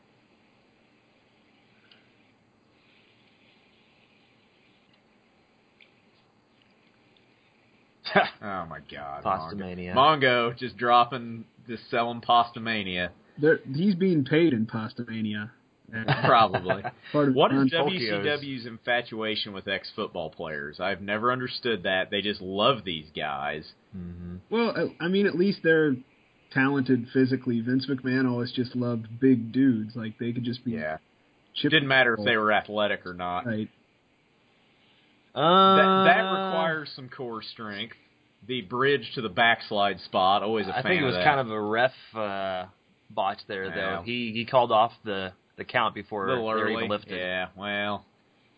[SPEAKER 3] oh my God, Mongo.
[SPEAKER 2] Pastamania.
[SPEAKER 3] Mongo just dropping, just selling Pastamania.
[SPEAKER 4] They're, he's being paid in Pastamania. That's
[SPEAKER 3] Probably.
[SPEAKER 4] part of
[SPEAKER 3] What
[SPEAKER 4] the
[SPEAKER 3] is
[SPEAKER 4] con-
[SPEAKER 3] WCW's infatuation with ex football players? I've never understood that. They just love these guys.
[SPEAKER 2] hmm
[SPEAKER 4] Well, I I mean, at least they're talented physically. Vince McMahon always just loved big dudes. Like they could just be
[SPEAKER 3] Yeah. It
[SPEAKER 4] chipped
[SPEAKER 3] didn't matter if they were athletic or not. That,
[SPEAKER 4] right.
[SPEAKER 3] that
[SPEAKER 2] Uh,
[SPEAKER 3] requires some core strength. The bridge to the backslide spot, always a
[SPEAKER 2] I
[SPEAKER 3] fan
[SPEAKER 2] think it was
[SPEAKER 3] of that.
[SPEAKER 2] kind of a ref uh, botch there,
[SPEAKER 3] Yeah.
[SPEAKER 2] though. He he called off the, the count before
[SPEAKER 3] a little
[SPEAKER 2] they were
[SPEAKER 3] early.
[SPEAKER 2] even lifted.
[SPEAKER 3] Yeah, well,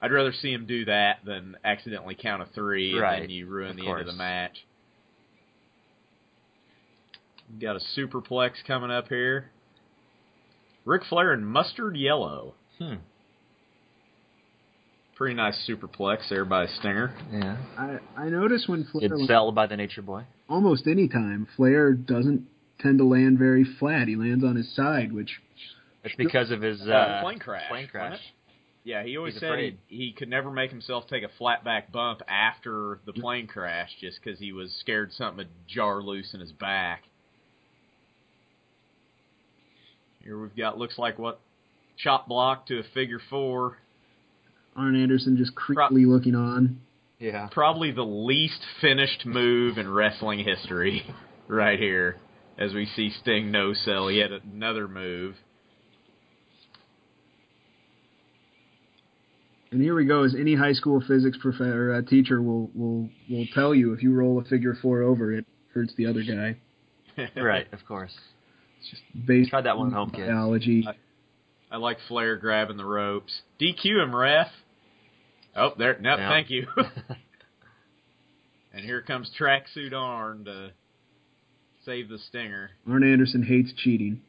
[SPEAKER 3] I'd rather see him do that than accidentally count a three
[SPEAKER 2] Right,
[SPEAKER 3] and then you ruin
[SPEAKER 2] of
[SPEAKER 3] the end of
[SPEAKER 2] course.
[SPEAKER 3] the match. Got a superplex coming up here. Ric Flair in mustard yellow.
[SPEAKER 2] Hmm.
[SPEAKER 3] Pretty nice superplex there by Stinger.
[SPEAKER 2] Yeah.
[SPEAKER 4] I I notice when Flair
[SPEAKER 2] Did sell by the Nature Boy.
[SPEAKER 4] almost any time Flair doesn't tend to land very flat. He lands on his side, which
[SPEAKER 2] It's because of his
[SPEAKER 3] Uh,
[SPEAKER 2] uh,
[SPEAKER 3] plane crash,
[SPEAKER 2] Plane crash.
[SPEAKER 3] wasn't Yeah, he always
[SPEAKER 2] He's
[SPEAKER 3] said he,
[SPEAKER 2] afraid.
[SPEAKER 3] he could never make himself take a flat back bump after the plane crash just because he was scared something would jar loose in his back. Here we've got looks like what chop block to a figure four.
[SPEAKER 4] Arn Anderson just creepily looking on.
[SPEAKER 2] Yeah.
[SPEAKER 3] Probably the least finished move in wrestling history, right here, as we see Sting no sell yet another move.
[SPEAKER 4] And here we go. As any high school physics professor uh, teacher will will will tell you, if you roll a figure four over, it hurts the other guy.
[SPEAKER 2] Right. Of course.
[SPEAKER 4] It's just based
[SPEAKER 2] Try that one
[SPEAKER 4] on
[SPEAKER 2] home, kids.
[SPEAKER 4] biology.
[SPEAKER 3] I like Flair grabbing the ropes. DQ him, ref. Oh, there. No,
[SPEAKER 2] Yeah.
[SPEAKER 3] thank you. and here comes tracksuit Arn to save the Stinger.
[SPEAKER 4] Arn Anderson hates cheating.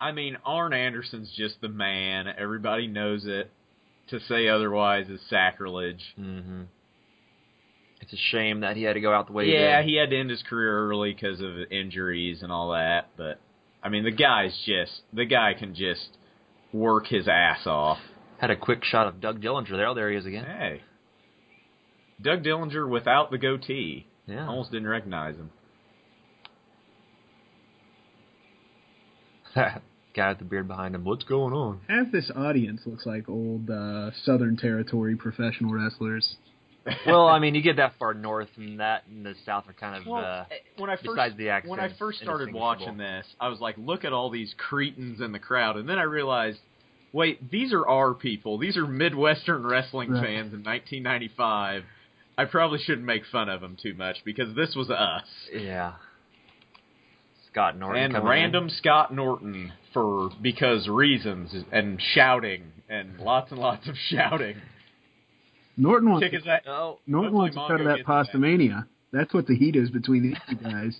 [SPEAKER 3] I mean, Arn Anderson's just the man. Everybody knows it. To say otherwise is sacrilege.
[SPEAKER 2] mm-hmm. It's a shame that he had to go out the way.
[SPEAKER 3] yeah,
[SPEAKER 2] He
[SPEAKER 3] he had to end his career early because of injuries and all that. But I mean, the guy's just the guy can just work his ass off.
[SPEAKER 2] did. had a quick shot of Doug Dillinger there. Oh, there he is again.
[SPEAKER 3] Hey, Doug Dillinger without the goatee.
[SPEAKER 2] Yeah.
[SPEAKER 3] Almost didn't recognize him.
[SPEAKER 2] Guy with the beard behind him. What's going on?
[SPEAKER 4] Half this audience looks like old uh, Southern Territory professional wrestlers.
[SPEAKER 2] well, I mean, you get that far north, and that and the south are kind of. uh,
[SPEAKER 3] eh, when I
[SPEAKER 2] besides the accent,
[SPEAKER 3] when I first started watching
[SPEAKER 2] indistinguishable.
[SPEAKER 3] this, I was like, look at all these cretins in the crowd, and then I realized, wait, these are our people. These are Midwestern wrestling
[SPEAKER 4] Right.
[SPEAKER 3] fans in 1995. I probably shouldn't make fun of them too much because this was us.
[SPEAKER 2] Yeah. Scott Norton
[SPEAKER 3] and
[SPEAKER 2] coming
[SPEAKER 3] random Scott Norton for because reasons and shouting and lots and lots of shouting.
[SPEAKER 4] Norton wants
[SPEAKER 3] Kick his ass.
[SPEAKER 2] In. Oh,
[SPEAKER 4] Norton
[SPEAKER 3] Hopefully
[SPEAKER 4] wants to cut
[SPEAKER 3] Mongo
[SPEAKER 4] of that
[SPEAKER 3] gets back.
[SPEAKER 4] pasta mania. That's what the heat is between these two guys.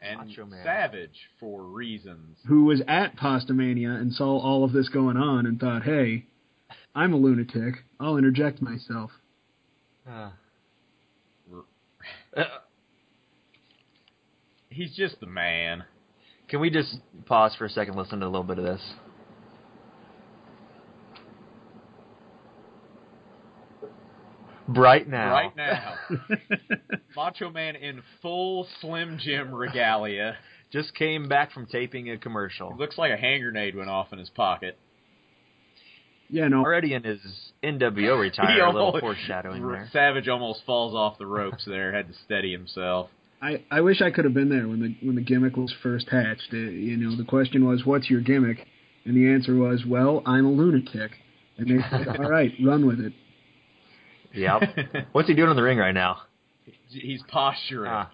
[SPEAKER 3] And
[SPEAKER 2] Macho Man.
[SPEAKER 3] Savage for reasons.
[SPEAKER 4] Who was at Pasta Mania and saw all of this going on and thought, "Hey, I'm a lunatic. I'll interject myself."
[SPEAKER 2] uh,
[SPEAKER 3] He's just the man.
[SPEAKER 2] can we just pause for a second, listen to a little bit of this? Bright now.
[SPEAKER 3] Right now, Macho Man in full Slim Jim regalia.
[SPEAKER 2] Just came back from taping a commercial.
[SPEAKER 3] Looks like a hand grenade went off in his pocket.
[SPEAKER 4] yeah, no,
[SPEAKER 2] Already in his NWO
[SPEAKER 3] He
[SPEAKER 2] retire, a little
[SPEAKER 3] almost-
[SPEAKER 2] foreshadowing there.
[SPEAKER 3] Savage almost falls off the ropes there. Had to steady himself.
[SPEAKER 4] I, I wish I could have been there when the when the gimmick was first hatched. Uh you know, the question was, "What's your gimmick?" And the answer was, "Well, I'm a lunatic." And they said, "All right, run with it."
[SPEAKER 2] Yep. What's he doing in the ring right now?
[SPEAKER 3] He's posturing.
[SPEAKER 2] Ah.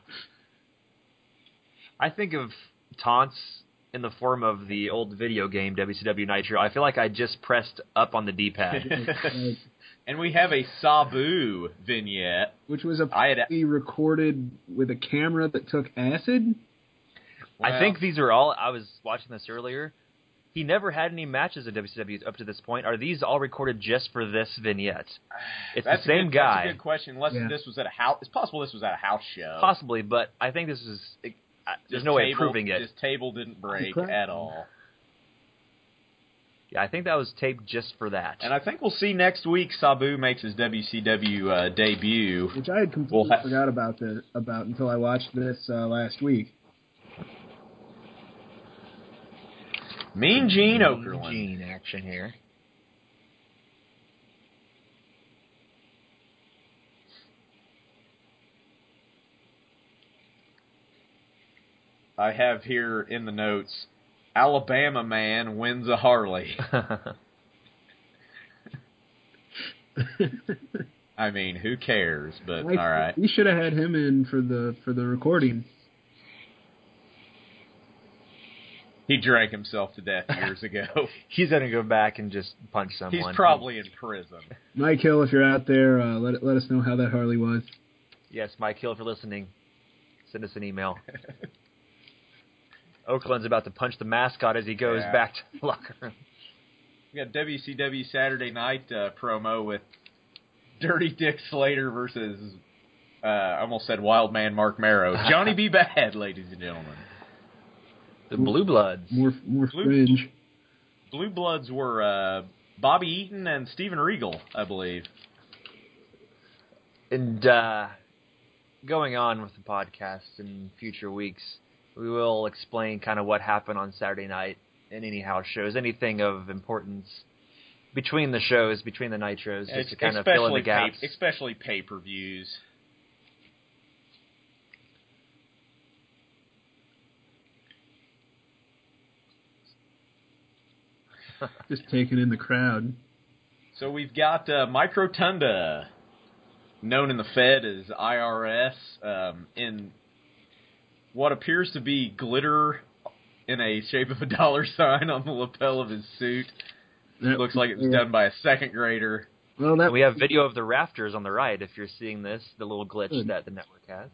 [SPEAKER 2] I think of taunts in the form of the old video game WCW Nitro. I feel like I just pressed up on the D-pad.
[SPEAKER 4] Like,
[SPEAKER 3] and we have a Sabu vignette.
[SPEAKER 4] which was a
[SPEAKER 3] I had
[SPEAKER 4] we recorded with a camera that took acid.
[SPEAKER 2] I think these are all. I was watching this earlier. He never had any matches at WCW up to this point. Are these all recorded just for this vignette? It's
[SPEAKER 3] that's
[SPEAKER 2] the same
[SPEAKER 3] a good,
[SPEAKER 2] guy,
[SPEAKER 3] That's a good question. Unless
[SPEAKER 4] Yeah.
[SPEAKER 3] this was at a house, it's possible this was at a house show.
[SPEAKER 2] possibly, but I think this is. It, I, there's
[SPEAKER 3] This
[SPEAKER 2] no way of
[SPEAKER 3] table-
[SPEAKER 2] proving it.
[SPEAKER 3] This table didn't break
[SPEAKER 4] Correct.
[SPEAKER 3] at all.
[SPEAKER 2] Yeah, I think that was taped just for that.
[SPEAKER 3] And I think we'll see next week. Sabu makes his WCW uh, debut.
[SPEAKER 4] which I had completely
[SPEAKER 3] Well, ha-
[SPEAKER 4] forgot about the about until I watched this uh, last week.
[SPEAKER 3] Mean Gene Okerlund.
[SPEAKER 2] Gene action here.
[SPEAKER 3] I have here in the notes. Alabama man wins a Harley. I mean, who cares? But all
[SPEAKER 4] Like,
[SPEAKER 3] right.
[SPEAKER 4] we should have had him in for the for the recording.
[SPEAKER 3] He drank himself to death years ago.
[SPEAKER 2] He's gonna go back and just punch someone.
[SPEAKER 3] He's probably in prison.
[SPEAKER 4] Mike Hill, if you're out there, uh, let let us know how that Harley was.
[SPEAKER 2] Yes, Mike Hill, for listening, send us an email. Oakland's about to punch the mascot as he goes
[SPEAKER 3] Yeah.
[SPEAKER 2] back to the locker room.
[SPEAKER 3] We got WCW Saturday Night uh, promo with Dirty Dick Slater versus uh, I almost said Wild Man Mark Marrow. Johnny B. Bad, ladies and gentlemen.
[SPEAKER 2] The Blue Bloods.
[SPEAKER 4] More more
[SPEAKER 3] Blue-
[SPEAKER 4] fringe.
[SPEAKER 3] Blue Bloods were uh, Bobby Eaton and Steven Regal, I believe.
[SPEAKER 2] And uh, going on with the podcast in future weeks, We will explain kind of what happened on Saturday night in any house shows, anything of importance between the shows, between the nitros, just to kind of fill in the gaps.
[SPEAKER 3] Pay, especially pay per views.
[SPEAKER 4] Just taking in the crowd.
[SPEAKER 3] So we've got uh, Mike Rotunda, known in the Fed as IRS, um, in what appears to be glitter in a shape of a dollar sign on the lapel of his suit.
[SPEAKER 4] That-
[SPEAKER 3] Looks like it was
[SPEAKER 4] yeah.
[SPEAKER 3] done by a second grader.
[SPEAKER 4] Well, that
[SPEAKER 2] we have video of the rafters on the right. If you're seeing this, the little glitch
[SPEAKER 4] Good.
[SPEAKER 2] that the network has.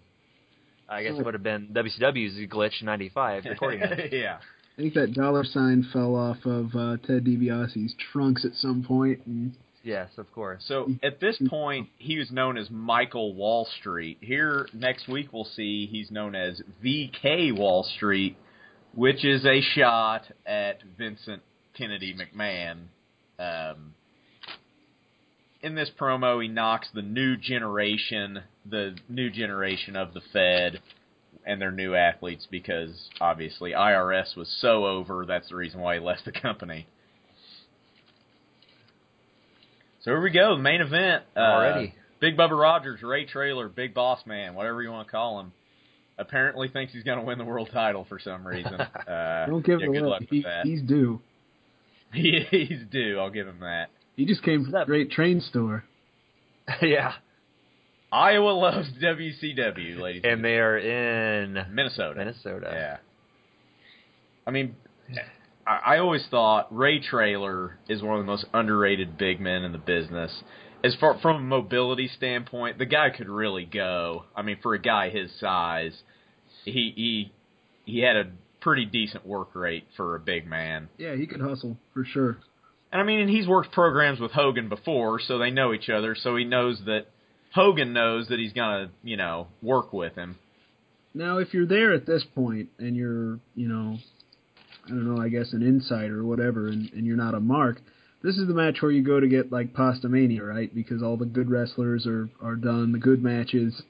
[SPEAKER 2] I guess
[SPEAKER 4] Good.
[SPEAKER 2] it would have been WCW's glitch '95 recording it.
[SPEAKER 3] yeah.
[SPEAKER 4] I think that dollar sign fell off of uh, Ted DiBiase's trunks at some point, and
[SPEAKER 2] Yes, of course.
[SPEAKER 3] So at this point, he was known as Michael Wall Street. Here next week, we'll see he's known as VK Wall Street, which is a shot at Vincent Kennedy McMahon. Um, in this promo, he knocks the new generation, the new generation of the Fed, and their new athletes because obviously IRS was so over. That's the reason why he left the company. So here we go, the main event. Uh,
[SPEAKER 2] Already.
[SPEAKER 3] Big Bubba Rogers, Ray Trailer, Big Boss Man, whatever you want to call him, apparently thinks he's going to win the world title for some reason. Uh,
[SPEAKER 4] don't give
[SPEAKER 3] yeah,
[SPEAKER 4] it
[SPEAKER 3] good
[SPEAKER 4] up.
[SPEAKER 3] luck
[SPEAKER 4] He,
[SPEAKER 3] with that.
[SPEAKER 4] he's due.
[SPEAKER 3] he's due. I'll give him that.
[SPEAKER 4] He just came from the
[SPEAKER 2] That-
[SPEAKER 4] great train store.
[SPEAKER 2] yeah,
[SPEAKER 3] Iowa loves WCW, ladies.
[SPEAKER 2] and they are in
[SPEAKER 3] Minnesota.
[SPEAKER 2] Minnesota.
[SPEAKER 3] Yeah. I mean, I, I always thought Ray Trailer is one of the most underrated big men in the business. As far from a mobility standpoint, the guy could really go. I mean, for a guy his size, he he he had a pretty decent work rate for a big man.
[SPEAKER 4] Yeah, he could hustle for sure.
[SPEAKER 3] And I mean, and he's worked programs with Hogan before, so they know each other. So he knows that Hogan knows that he's gonna, you know, work with him.
[SPEAKER 4] Now, if you're there at this point and you're, you know, I don't know, I guess an insider or whatever, and, and you're not a mark, this is the match where you go to get like Pasta Mania, right? Because all the good wrestlers are are done, the good matches.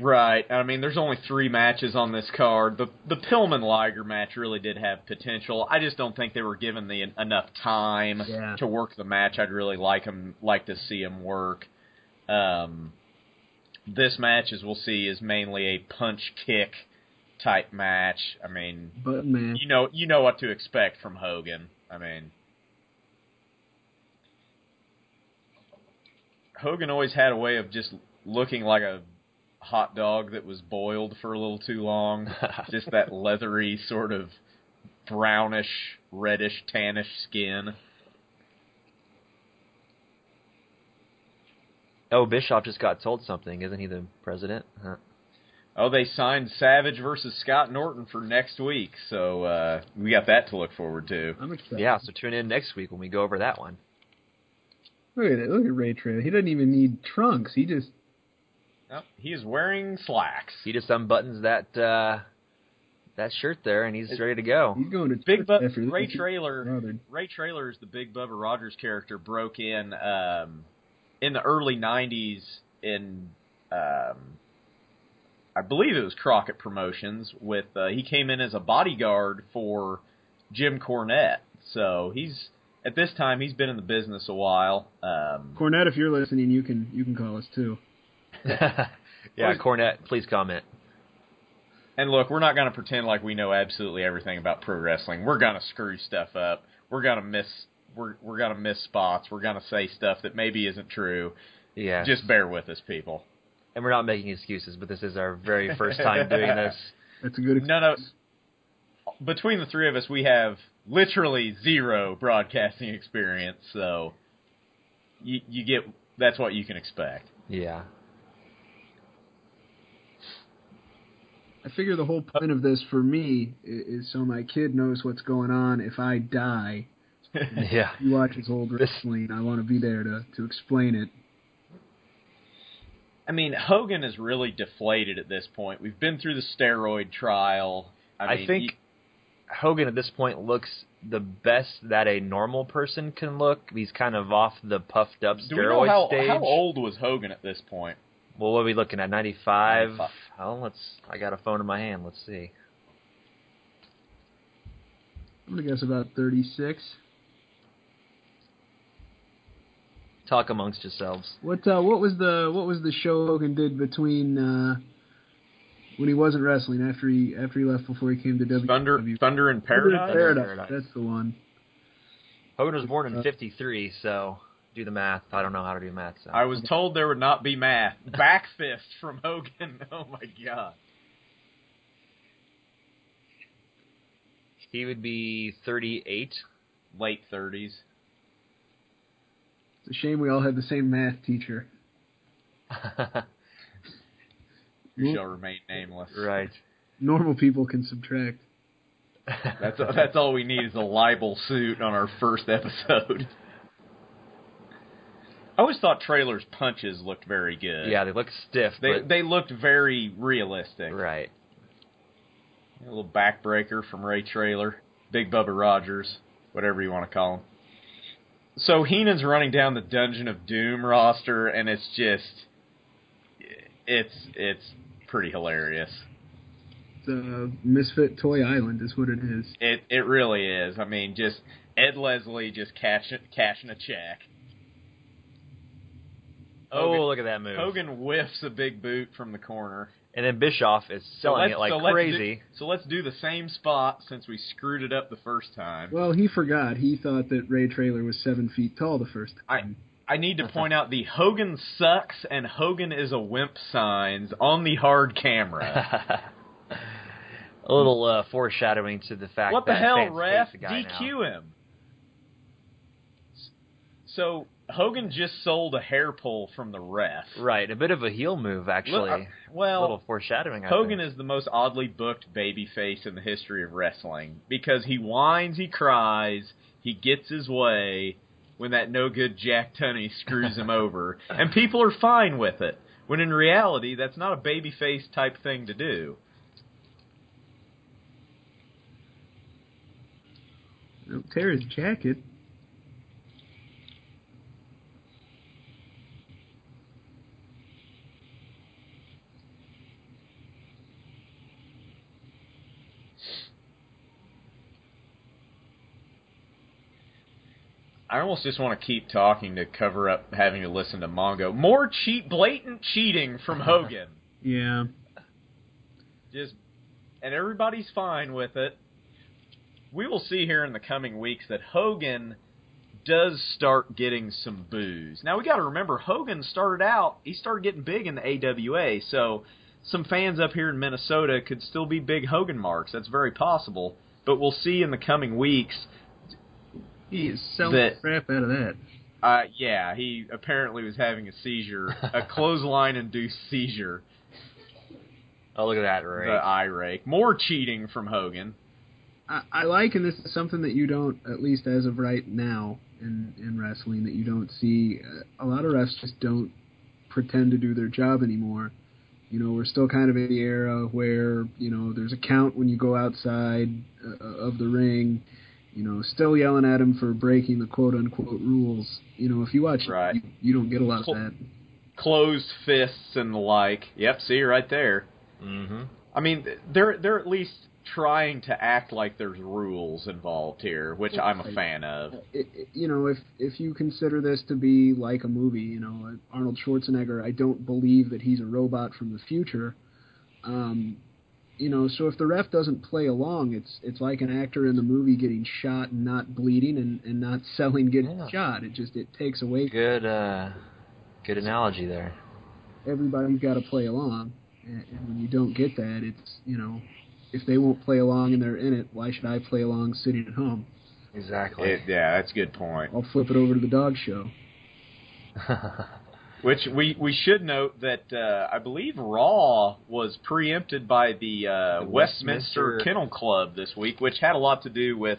[SPEAKER 3] Right. I mean, there's only three matches on this card. The the Pillman Liger match really did have potential. I just don't think they were given the enough time
[SPEAKER 4] Yeah.
[SPEAKER 3] to work the match. I'd really like 'em- like to see him work. Um, this match, as we'll see, is mainly a punch kick type match. I mean,
[SPEAKER 4] But man,
[SPEAKER 3] you know you know what to expect from Hogan. I mean, Hogan always had a way of just looking like a hot dog that was boiled for a little too long. just that leathery sort of brownish, reddish, tannish skin.
[SPEAKER 2] Oh, Bischoff just got told something. Isn't he the president? Huh.
[SPEAKER 3] Oh, they signed Savage versus Scott Norton for next week, so uh, we got that to look forward to.
[SPEAKER 4] I'm excited.
[SPEAKER 2] Yeah. So tune in next week when we go over that one.
[SPEAKER 4] Look at it. Look at Ray Trailer. He doesn't even need trunks. He just
[SPEAKER 3] Oh, he is wearing slacks.
[SPEAKER 2] He just unbuttons that uh, that shirt there, and he's ready to go.
[SPEAKER 4] he's going to
[SPEAKER 3] Big
[SPEAKER 4] church
[SPEAKER 3] but
[SPEAKER 4] after this.
[SPEAKER 3] Ray Trailer
[SPEAKER 4] Bothered.
[SPEAKER 3] Ray Trailer is the big Bubba Rogers character broke in um, in the early '90s in um, I believe it was Crockett Promotions. With uh, he came in as a bodyguard for Jim Cornette, so he's at this time he's been in the business a while. Um,
[SPEAKER 4] Cornette, if you're listening, you can you can call us too.
[SPEAKER 2] yeah, Cornette, please comment.
[SPEAKER 3] and look, we're not going to pretend like we know absolutely everything about pro wrestling. We're going to screw stuff up. We're going to miss. We're, we're gonna miss spots. We're gonna say stuff that maybe isn't true.
[SPEAKER 2] Yeah.
[SPEAKER 3] Just bear with us, people.
[SPEAKER 2] and we're not making excuses, but this is our very first time doing this.
[SPEAKER 4] That's a good. Ex-
[SPEAKER 3] No, no. Between the three of us, we have literally zero broadcasting experience, so you, you get that's what you can expect.
[SPEAKER 2] Yeah.
[SPEAKER 4] I figure the whole point of this for me i- is so my kid knows what's going on if I die.
[SPEAKER 2] Yeah.
[SPEAKER 4] He watches old
[SPEAKER 2] This-
[SPEAKER 4] wrestling. I want to be there to to explain it.
[SPEAKER 3] I mean, Hogan is really deflated at this point. We've been through the steroid trial. I,
[SPEAKER 2] I,
[SPEAKER 3] mean,
[SPEAKER 2] think Hogan at this point looks the best that a normal person can look. He's kind of off the puffed up
[SPEAKER 3] you- do we know
[SPEAKER 2] steroid
[SPEAKER 3] how,
[SPEAKER 2] stage.
[SPEAKER 3] how old was Hogan at this point?
[SPEAKER 2] Well, what are we looking at? 95?
[SPEAKER 3] 95.
[SPEAKER 2] Well, let's. I got a phone in my hand. Let's see.
[SPEAKER 4] I'm gonna guess about 36.
[SPEAKER 2] Talk amongst yourselves.
[SPEAKER 4] What uh, what was the what was the show Hogan did between uh, when he wasn't wrestling after he after he left before he came to WWE?
[SPEAKER 3] Thunder, Thunder in
[SPEAKER 4] Thunder in
[SPEAKER 3] Paradise.
[SPEAKER 4] Paradise.
[SPEAKER 2] Paradise.
[SPEAKER 4] That's the one.
[SPEAKER 2] Hogan was born
[SPEAKER 3] Uh-huh.
[SPEAKER 2] in '53, so do the math. I don't know how to do math. So.
[SPEAKER 3] I was told there would not be math. Back fist from Hogan. Oh my god.
[SPEAKER 2] He would be 38.
[SPEAKER 3] Late thirties.
[SPEAKER 4] It's a shame we all had the same math teacher. Mm-hmm.
[SPEAKER 3] You shall remain nameless.
[SPEAKER 2] right.
[SPEAKER 4] Normal people can subtract.
[SPEAKER 3] That's that's all we need is a libel suit on our first episode. I always thought trailers' punches looked very good.
[SPEAKER 2] Yeah, they look stiff.
[SPEAKER 3] They
[SPEAKER 2] but,
[SPEAKER 3] they looked very realistic.
[SPEAKER 2] right.
[SPEAKER 3] A little backbreaker from Ray Trailer, Big Bubba Rogers, whatever you want to call him. So Heenan's running down the Dungeon of Doom roster, and it's just, it's it's pretty hilarious.
[SPEAKER 4] It's uh, Misfit Toy Island is what it is.
[SPEAKER 3] It it really is. I mean, just Ed Leslie just cashing cashing a check. Hogan-
[SPEAKER 2] Oh, look at that move.
[SPEAKER 3] Hogan whiffs a big boot from the corner.
[SPEAKER 2] And then Bischoff is selling
[SPEAKER 3] let's-
[SPEAKER 2] it like
[SPEAKER 3] let's do-
[SPEAKER 2] crazy.
[SPEAKER 3] so let's do the same spot since we screwed it up the first time.
[SPEAKER 4] Well, he forgot. He thought that Ray Trailer was seven feet tall the first
[SPEAKER 3] I
[SPEAKER 4] time.
[SPEAKER 3] I need to point out the Hogan sucks and Hogan is a wimp signs on the hard camera.
[SPEAKER 2] a little uh, foreshadowing to the fact
[SPEAKER 3] what the
[SPEAKER 2] that
[SPEAKER 3] hell,
[SPEAKER 2] fans
[SPEAKER 3] ref?
[SPEAKER 2] hate the guy now.
[SPEAKER 3] DQ him. So Hogan just sold a hair pull from the ref.
[SPEAKER 2] Right, a bit of a heel move actually.
[SPEAKER 3] Look, I- well,
[SPEAKER 2] a little foreshadowing. I
[SPEAKER 3] Hogan
[SPEAKER 2] think.
[SPEAKER 3] is the most oddly booked babyface in the history of wrestling because he whines, he cries, he gets his way when that no good Jack Tunney screws him over, and people are fine with it. When in reality, that's not a babyface type thing to do.
[SPEAKER 4] Don't tear his jacket.
[SPEAKER 3] I almost just want to keep talking to cover up having to listen to Mongo. More cheat, blatant cheating from Hogan.
[SPEAKER 4] Yeah.
[SPEAKER 3] just and everybody's fine with it. We will see here in the coming weeks that Hogan does start getting some booze. Now we got to remember Hogan started out, he started getting big in the AWA, so some fans up here in Minnesota could still be big Hogan marks. That's very possible, but we'll see in the coming weeks.
[SPEAKER 4] He is selling
[SPEAKER 3] That-
[SPEAKER 4] the crap out of that.
[SPEAKER 3] Uh yeah, he apparently was having a seizure, a clothesline induced seizure,
[SPEAKER 2] Oh, look at that,
[SPEAKER 3] the
[SPEAKER 2] Ray.
[SPEAKER 3] eye rake. More cheating from Hogan.
[SPEAKER 4] I, I like, and this is something that you don't, at least as of right now in, in wrestling, that you don't see. Uh, a lot of refs just don't pretend to do their job anymore. You know, we're still kind of in the era where, you know, there's a count when you go outside uh, of the ring. You know, still yelling at him for breaking the quote unquote rules. You know, if you watch,
[SPEAKER 3] Right.
[SPEAKER 4] you, you don't get a lot of
[SPEAKER 3] Well,
[SPEAKER 4] that.
[SPEAKER 3] Closed fists and the like. Yep, see right there.
[SPEAKER 2] Mm-hmm.
[SPEAKER 3] I mean, they're they're at least trying to act like there's rules involved here, which I'm a fan of.
[SPEAKER 4] it, it- you know, if if you consider this to be like a movie, you know, like Arnold Schwarzenegger, I don't believe that he's a robot from the future. Um, you know, so if the ref doesn't play along, it's it's like an actor in the movie getting shot and not bleeding and, and not selling getting
[SPEAKER 2] Yeah.
[SPEAKER 4] shot. It just it takes away.
[SPEAKER 2] Good, uh, good analogy there.
[SPEAKER 4] Everybody's got to play along, and, and when you don't get that, it's you know, if they won't play along and they're in it, why should I play along sitting at home?
[SPEAKER 2] Exactly.
[SPEAKER 3] It, yeah, that's a good point.
[SPEAKER 4] I'll flip it over to the dog show.
[SPEAKER 3] Which we we should note that uh, I believe Raw was preempted by the, uh,
[SPEAKER 2] The
[SPEAKER 3] Westminster,
[SPEAKER 2] Westminster-
[SPEAKER 3] Kennel Club this week, which had a lot to do with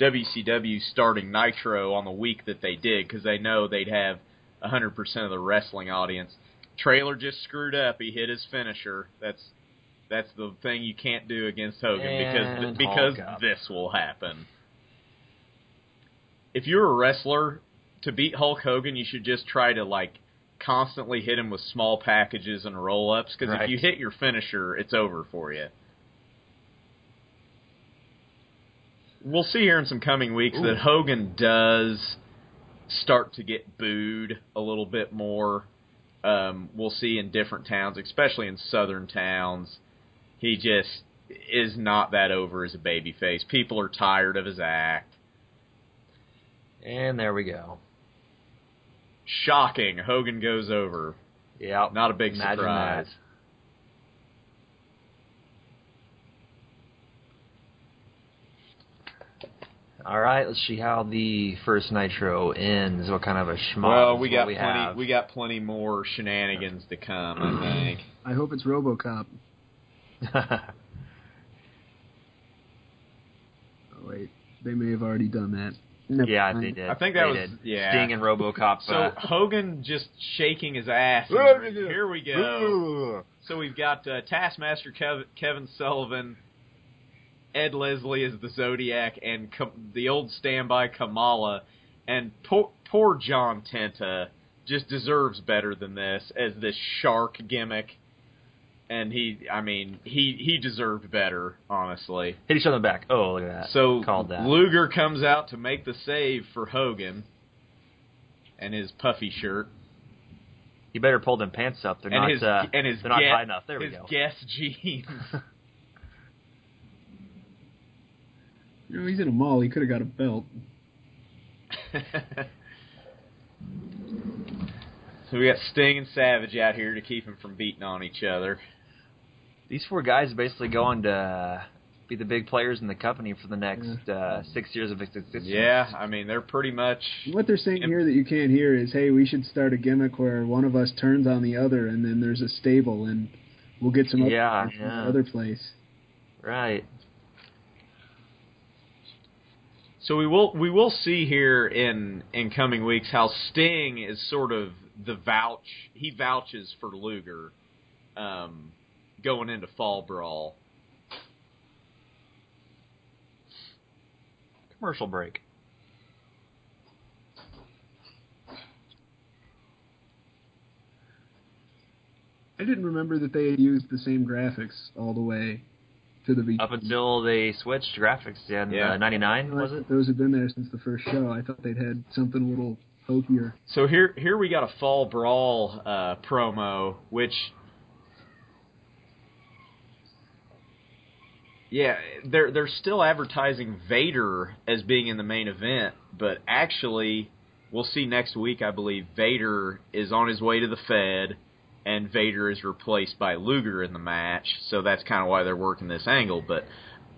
[SPEAKER 3] WCW starting Nitro on the week that they did because they know they'd have 100% of the wrestling audience. Trailer just screwed up. He hit his finisher. That's that's the thing you can't do against Hogan
[SPEAKER 2] And
[SPEAKER 3] because
[SPEAKER 2] Hulk
[SPEAKER 3] because
[SPEAKER 2] up.
[SPEAKER 3] this will happen. If you're a wrestler, to beat Hulk Hogan, you should just try to like constantly hit him with small packages and roll ups because
[SPEAKER 2] Right.
[SPEAKER 3] if you hit your finisher, it's over for you. We'll see here in some coming weeks that Hogan does start to get booed a little bit more. Um, we'll see in different towns, especially in southern towns. He just is not that over as a babyface. People are tired of his act.
[SPEAKER 2] And there we go.
[SPEAKER 3] Shocking. Hogan goes over.
[SPEAKER 2] Yeah.
[SPEAKER 3] Not a big
[SPEAKER 2] Imagine
[SPEAKER 3] surprise.
[SPEAKER 2] that. All right, let's see how the first Nitro ends. What kind of a schmuck
[SPEAKER 3] Well, we
[SPEAKER 2] is what
[SPEAKER 3] got
[SPEAKER 2] we
[SPEAKER 3] plenty.
[SPEAKER 2] have.
[SPEAKER 3] We got plenty more shenanigans to come. I think.
[SPEAKER 4] I hope it's RoboCop. Oh, wait, they may have already done that. Never
[SPEAKER 2] yeah,
[SPEAKER 4] mind.
[SPEAKER 2] they did.
[SPEAKER 3] I think that
[SPEAKER 2] They
[SPEAKER 3] was-
[SPEAKER 2] did.
[SPEAKER 3] yeah.
[SPEAKER 2] Sting and RoboCop.
[SPEAKER 3] So
[SPEAKER 2] uh,
[SPEAKER 3] Hogan just shaking his ass. in the ring. Here we go. So we've got uh, Taskmaster Kev- Kevin Sullivan, Ed Leslie as the Zodiac, and Kam- the old standby Kamala, and poor, poor John Tenta just deserves better than this as this shark gimmick. And he, I mean, he he deserved better, honestly.
[SPEAKER 2] hit each other in the back. Oh, look at that.
[SPEAKER 3] So
[SPEAKER 2] called that.
[SPEAKER 3] Luger comes out to make the save for Hogan and his puffy shirt
[SPEAKER 2] you better pull them pants up. They're
[SPEAKER 3] and
[SPEAKER 2] not.
[SPEAKER 3] his
[SPEAKER 2] uh,
[SPEAKER 3] and his
[SPEAKER 2] they're not
[SPEAKER 3] guess-
[SPEAKER 2] high enough. There we
[SPEAKER 3] his
[SPEAKER 2] go.
[SPEAKER 3] guess jeans.
[SPEAKER 4] You know, he's in a mall. He could have got a belt.
[SPEAKER 3] so we got Sting and Savage out here to keep him from beating on each other.
[SPEAKER 2] These four guys basically go on to be the big players in the company for the next uh, six years of existence.
[SPEAKER 3] Yeah, I mean they're pretty much
[SPEAKER 4] What they're saying here that you can't hear is, hey, we should start a gimmick where one of us turns on the other, and then there's a stable, and we'll get some other
[SPEAKER 2] Yeah,
[SPEAKER 4] guys from the
[SPEAKER 2] yeah.
[SPEAKER 4] other place.
[SPEAKER 2] Right.
[SPEAKER 3] So we will we will see here in in coming weeks how Sting is sort of the vouch he vouches for Luger um, going into Fall Brawl.
[SPEAKER 2] Commercial break.
[SPEAKER 4] I didn't remember that they had used the same graphics all the way to the beach.
[SPEAKER 2] Up until they switched graphics yeah, in
[SPEAKER 3] Yeah.
[SPEAKER 2] uh, 99, was it?
[SPEAKER 4] Those had been there since the first show. I thought they'd had something a little hokier.
[SPEAKER 3] So here here we got a Fall Brawl uh, promo which Yeah, they're they're still advertising Vader as being in the main event, but actually we'll see next week I believe Vader is on his way to the Fed and Vader is replaced by Luger in the match, so that's kind of why they're working this angle, but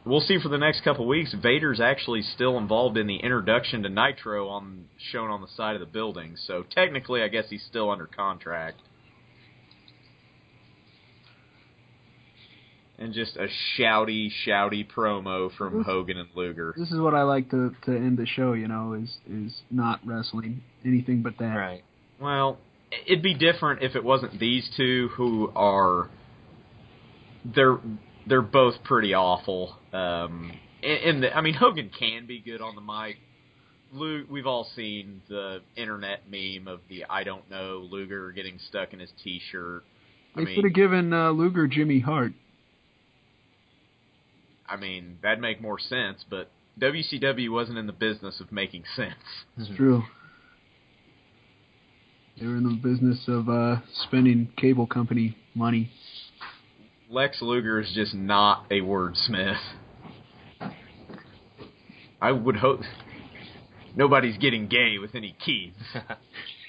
[SPEAKER 3] we'll see for the next couple weeks Vader's actually still involved in the introduction to Nitro on shown on the side of the building. So technically I guess he's still under contract. And just a shouty, shouty promo from Hogan and Luger.
[SPEAKER 4] This is what I like to, to end the show. You know, is is not wrestling anything but that.
[SPEAKER 2] Right.
[SPEAKER 3] Well, it'd be different if it wasn't these two who are they're they're both pretty awful. Um, and, and the, I mean Hogan can be good on the mic. Lu we've all seen the internet meme of the I don't know Luger getting stuck in his t-shirt. I
[SPEAKER 4] They should have
[SPEAKER 3] mean,
[SPEAKER 4] given uh, Luger Jimmy Hart.
[SPEAKER 3] I mean that'd make more sense, but WCW wasn't in the business of making sense.
[SPEAKER 2] Hmm.
[SPEAKER 4] It's true. They were in the business of uh, spending cable company money.
[SPEAKER 3] Lex Luger is just not a wordsmith. I would hope nobody's getting gay with any keys.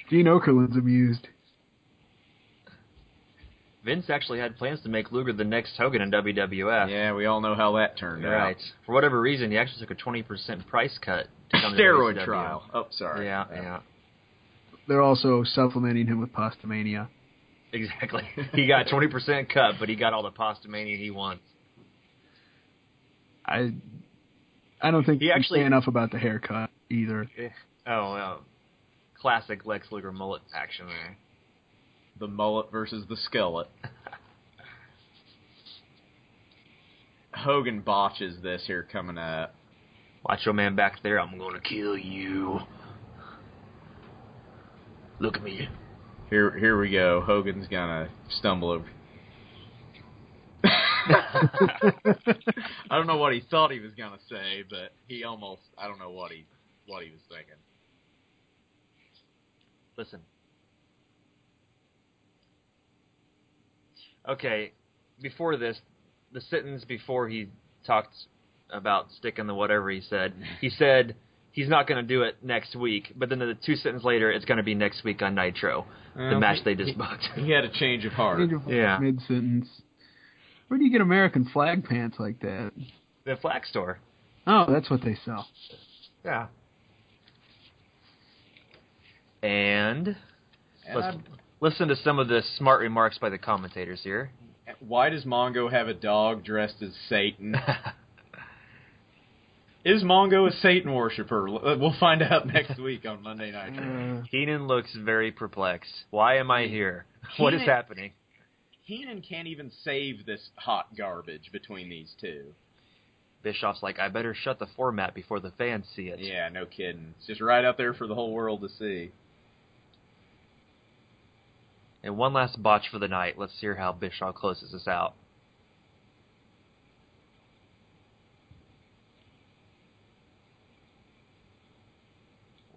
[SPEAKER 4] Gene Okerlund's amused.
[SPEAKER 2] Vince actually had plans to make Luger the next Hogan in WWF.
[SPEAKER 3] yeah, we all know how that turned
[SPEAKER 2] Right. For whatever reason, he actually took a 20% price cut. to
[SPEAKER 3] out.
[SPEAKER 2] come to
[SPEAKER 3] Steroid
[SPEAKER 2] WCW.
[SPEAKER 3] trial. Oh, sorry.
[SPEAKER 2] Yeah, yeah.
[SPEAKER 4] They're also supplementing him with Postomania.
[SPEAKER 2] Exactly. he got 20% cut, but he got all the pasta mania he wants.
[SPEAKER 4] I I don't think
[SPEAKER 2] He
[SPEAKER 4] you can
[SPEAKER 2] actually-
[SPEAKER 4] say enough about the haircut either.
[SPEAKER 2] Oh, well. Classic Lex Luger mullet action there.
[SPEAKER 3] The mullet versus the skillet. Hogan botches this here coming up.
[SPEAKER 2] Watch your man back there. I'm going to kill you. Look at me.
[SPEAKER 3] Here, here we go. Hogan's gonna stumble over. I don't know what he thought he was gonna say, but he almost. I don't know what he what he was thinking.
[SPEAKER 2] Listen. Okay, before this, the sentence before he talked about sticking the whatever he said, he said he's not going to do it next week, but then the two sentences later, it's going to be next week on Nitro, the
[SPEAKER 3] Well,
[SPEAKER 2] match they
[SPEAKER 3] he-
[SPEAKER 2] just booked.
[SPEAKER 3] He had a change of heart.
[SPEAKER 2] Yeah.
[SPEAKER 4] Mid sentence. Where do you get American flag pants like that?
[SPEAKER 2] the flag store.
[SPEAKER 4] Oh, that's what they sell.
[SPEAKER 2] Yeah. And
[SPEAKER 3] And I-
[SPEAKER 2] listen to some of the smart remarks by the commentators here.
[SPEAKER 3] why does Mongo have a dog dressed as Satan? Is Mongo a Satan worshiper? L- uh, We'll find out next week on Monday Night.
[SPEAKER 4] Uh,
[SPEAKER 2] Heenan looks very perplexed. Why am I here? What is
[SPEAKER 3] Heenan-
[SPEAKER 2] happening?
[SPEAKER 3] Heenan can't even save this hot garbage between these two.
[SPEAKER 2] Bischoff's like, I better shut the format before the fans see it.
[SPEAKER 3] Yeah, no kidding. It's just right out there for the whole world to see.
[SPEAKER 2] And one last botch for the night. Let's hear how Bischoff closes this out.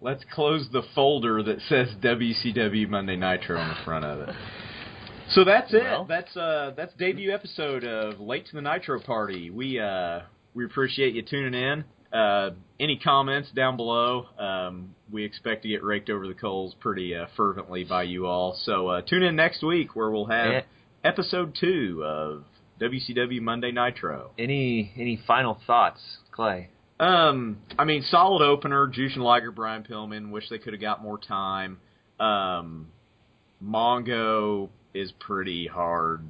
[SPEAKER 3] Let's close the folder that says WCW Monday Nitro on the front of it. So that's it.
[SPEAKER 2] Well-
[SPEAKER 3] that's uh that's debut episode of Late to the Nitro Party. We uh we appreciate you tuning in. Uh, any comments down below? Um, we expect to get raked over the coals pretty uh, fervently by you all. So uh, tune in next week where we'll have
[SPEAKER 2] Eh.
[SPEAKER 3] episode two of WCW Monday Nitro.
[SPEAKER 2] Any any final thoughts, Clay?
[SPEAKER 3] Um, I mean, solid opener. Jushin Liger, Brian Pillman. Wish they could have got more time. Um, Mongo is pretty hard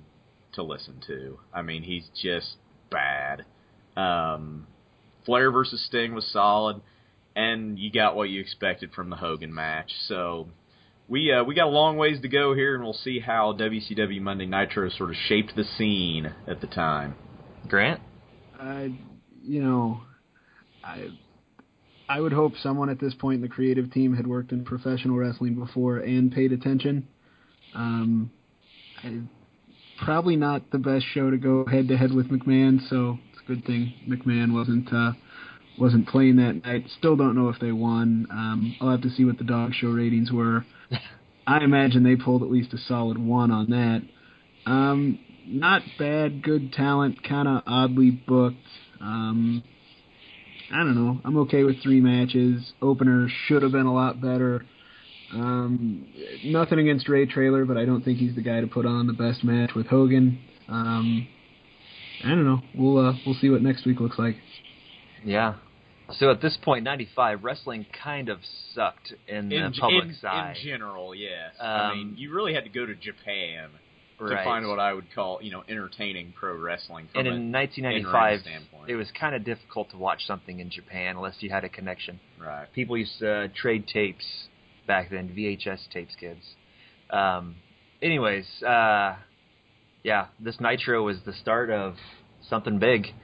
[SPEAKER 3] to listen to. I mean, he's just bad. Um, Flair versus Sting was solid, and you got what you expected from the Hogan match. So we uh, we got a long ways to go here, and we'll see how WCW Monday Nitro sort of shaped the scene at the time.
[SPEAKER 2] Grant?
[SPEAKER 4] I, you know, I, I would hope someone at this point in the creative team had worked in professional wrestling before and paid attention. Um, I, probably not the best show to go head to head with McMahon, so it's a good thing McMahon wasn't uh, wasn't playing that night. Still don't know if they won. Um, I'll have to see what the dog show ratings were. I imagine they pulled at least a solid one on that. Um, not bad, good talent, kind of oddly booked. Um, I don't know. I'm okay with three matches. Opener should have been a lot better. Um, nothing against Ray Trailer, but I don't think he's the guy to put on the best match with Hogan. Um, I don't know. We'll uh, we'll see what next week looks like.
[SPEAKER 2] Yeah. So at this point, 95, wrestling kind of sucked in the
[SPEAKER 3] ge-
[SPEAKER 2] public side.
[SPEAKER 3] in general, yes. I
[SPEAKER 2] Um,
[SPEAKER 3] mean, you really had to go to Japan
[SPEAKER 2] Right.
[SPEAKER 3] to find what I would call, you know, entertaining pro wrestling. From
[SPEAKER 2] and in
[SPEAKER 3] in-ring
[SPEAKER 2] 1995,
[SPEAKER 3] standpoint.
[SPEAKER 2] it was kind of difficult to watch something in Japan unless you had a connection.
[SPEAKER 3] a, right.
[SPEAKER 2] People used to trade tapes back then, VHS tapes, kids. Um, anyways, uh, yeah, this Nitro was the start of something big.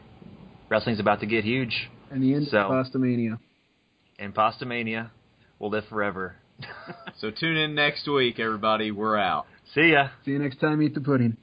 [SPEAKER 2] Wrestling's about to get huge,
[SPEAKER 4] And the end
[SPEAKER 2] So-
[SPEAKER 4] of Bostomania.
[SPEAKER 2] and Pastamania will live forever.
[SPEAKER 3] So tune in next week, everybody. We're out.
[SPEAKER 2] See ya.
[SPEAKER 4] See you next time. Eat the pudding.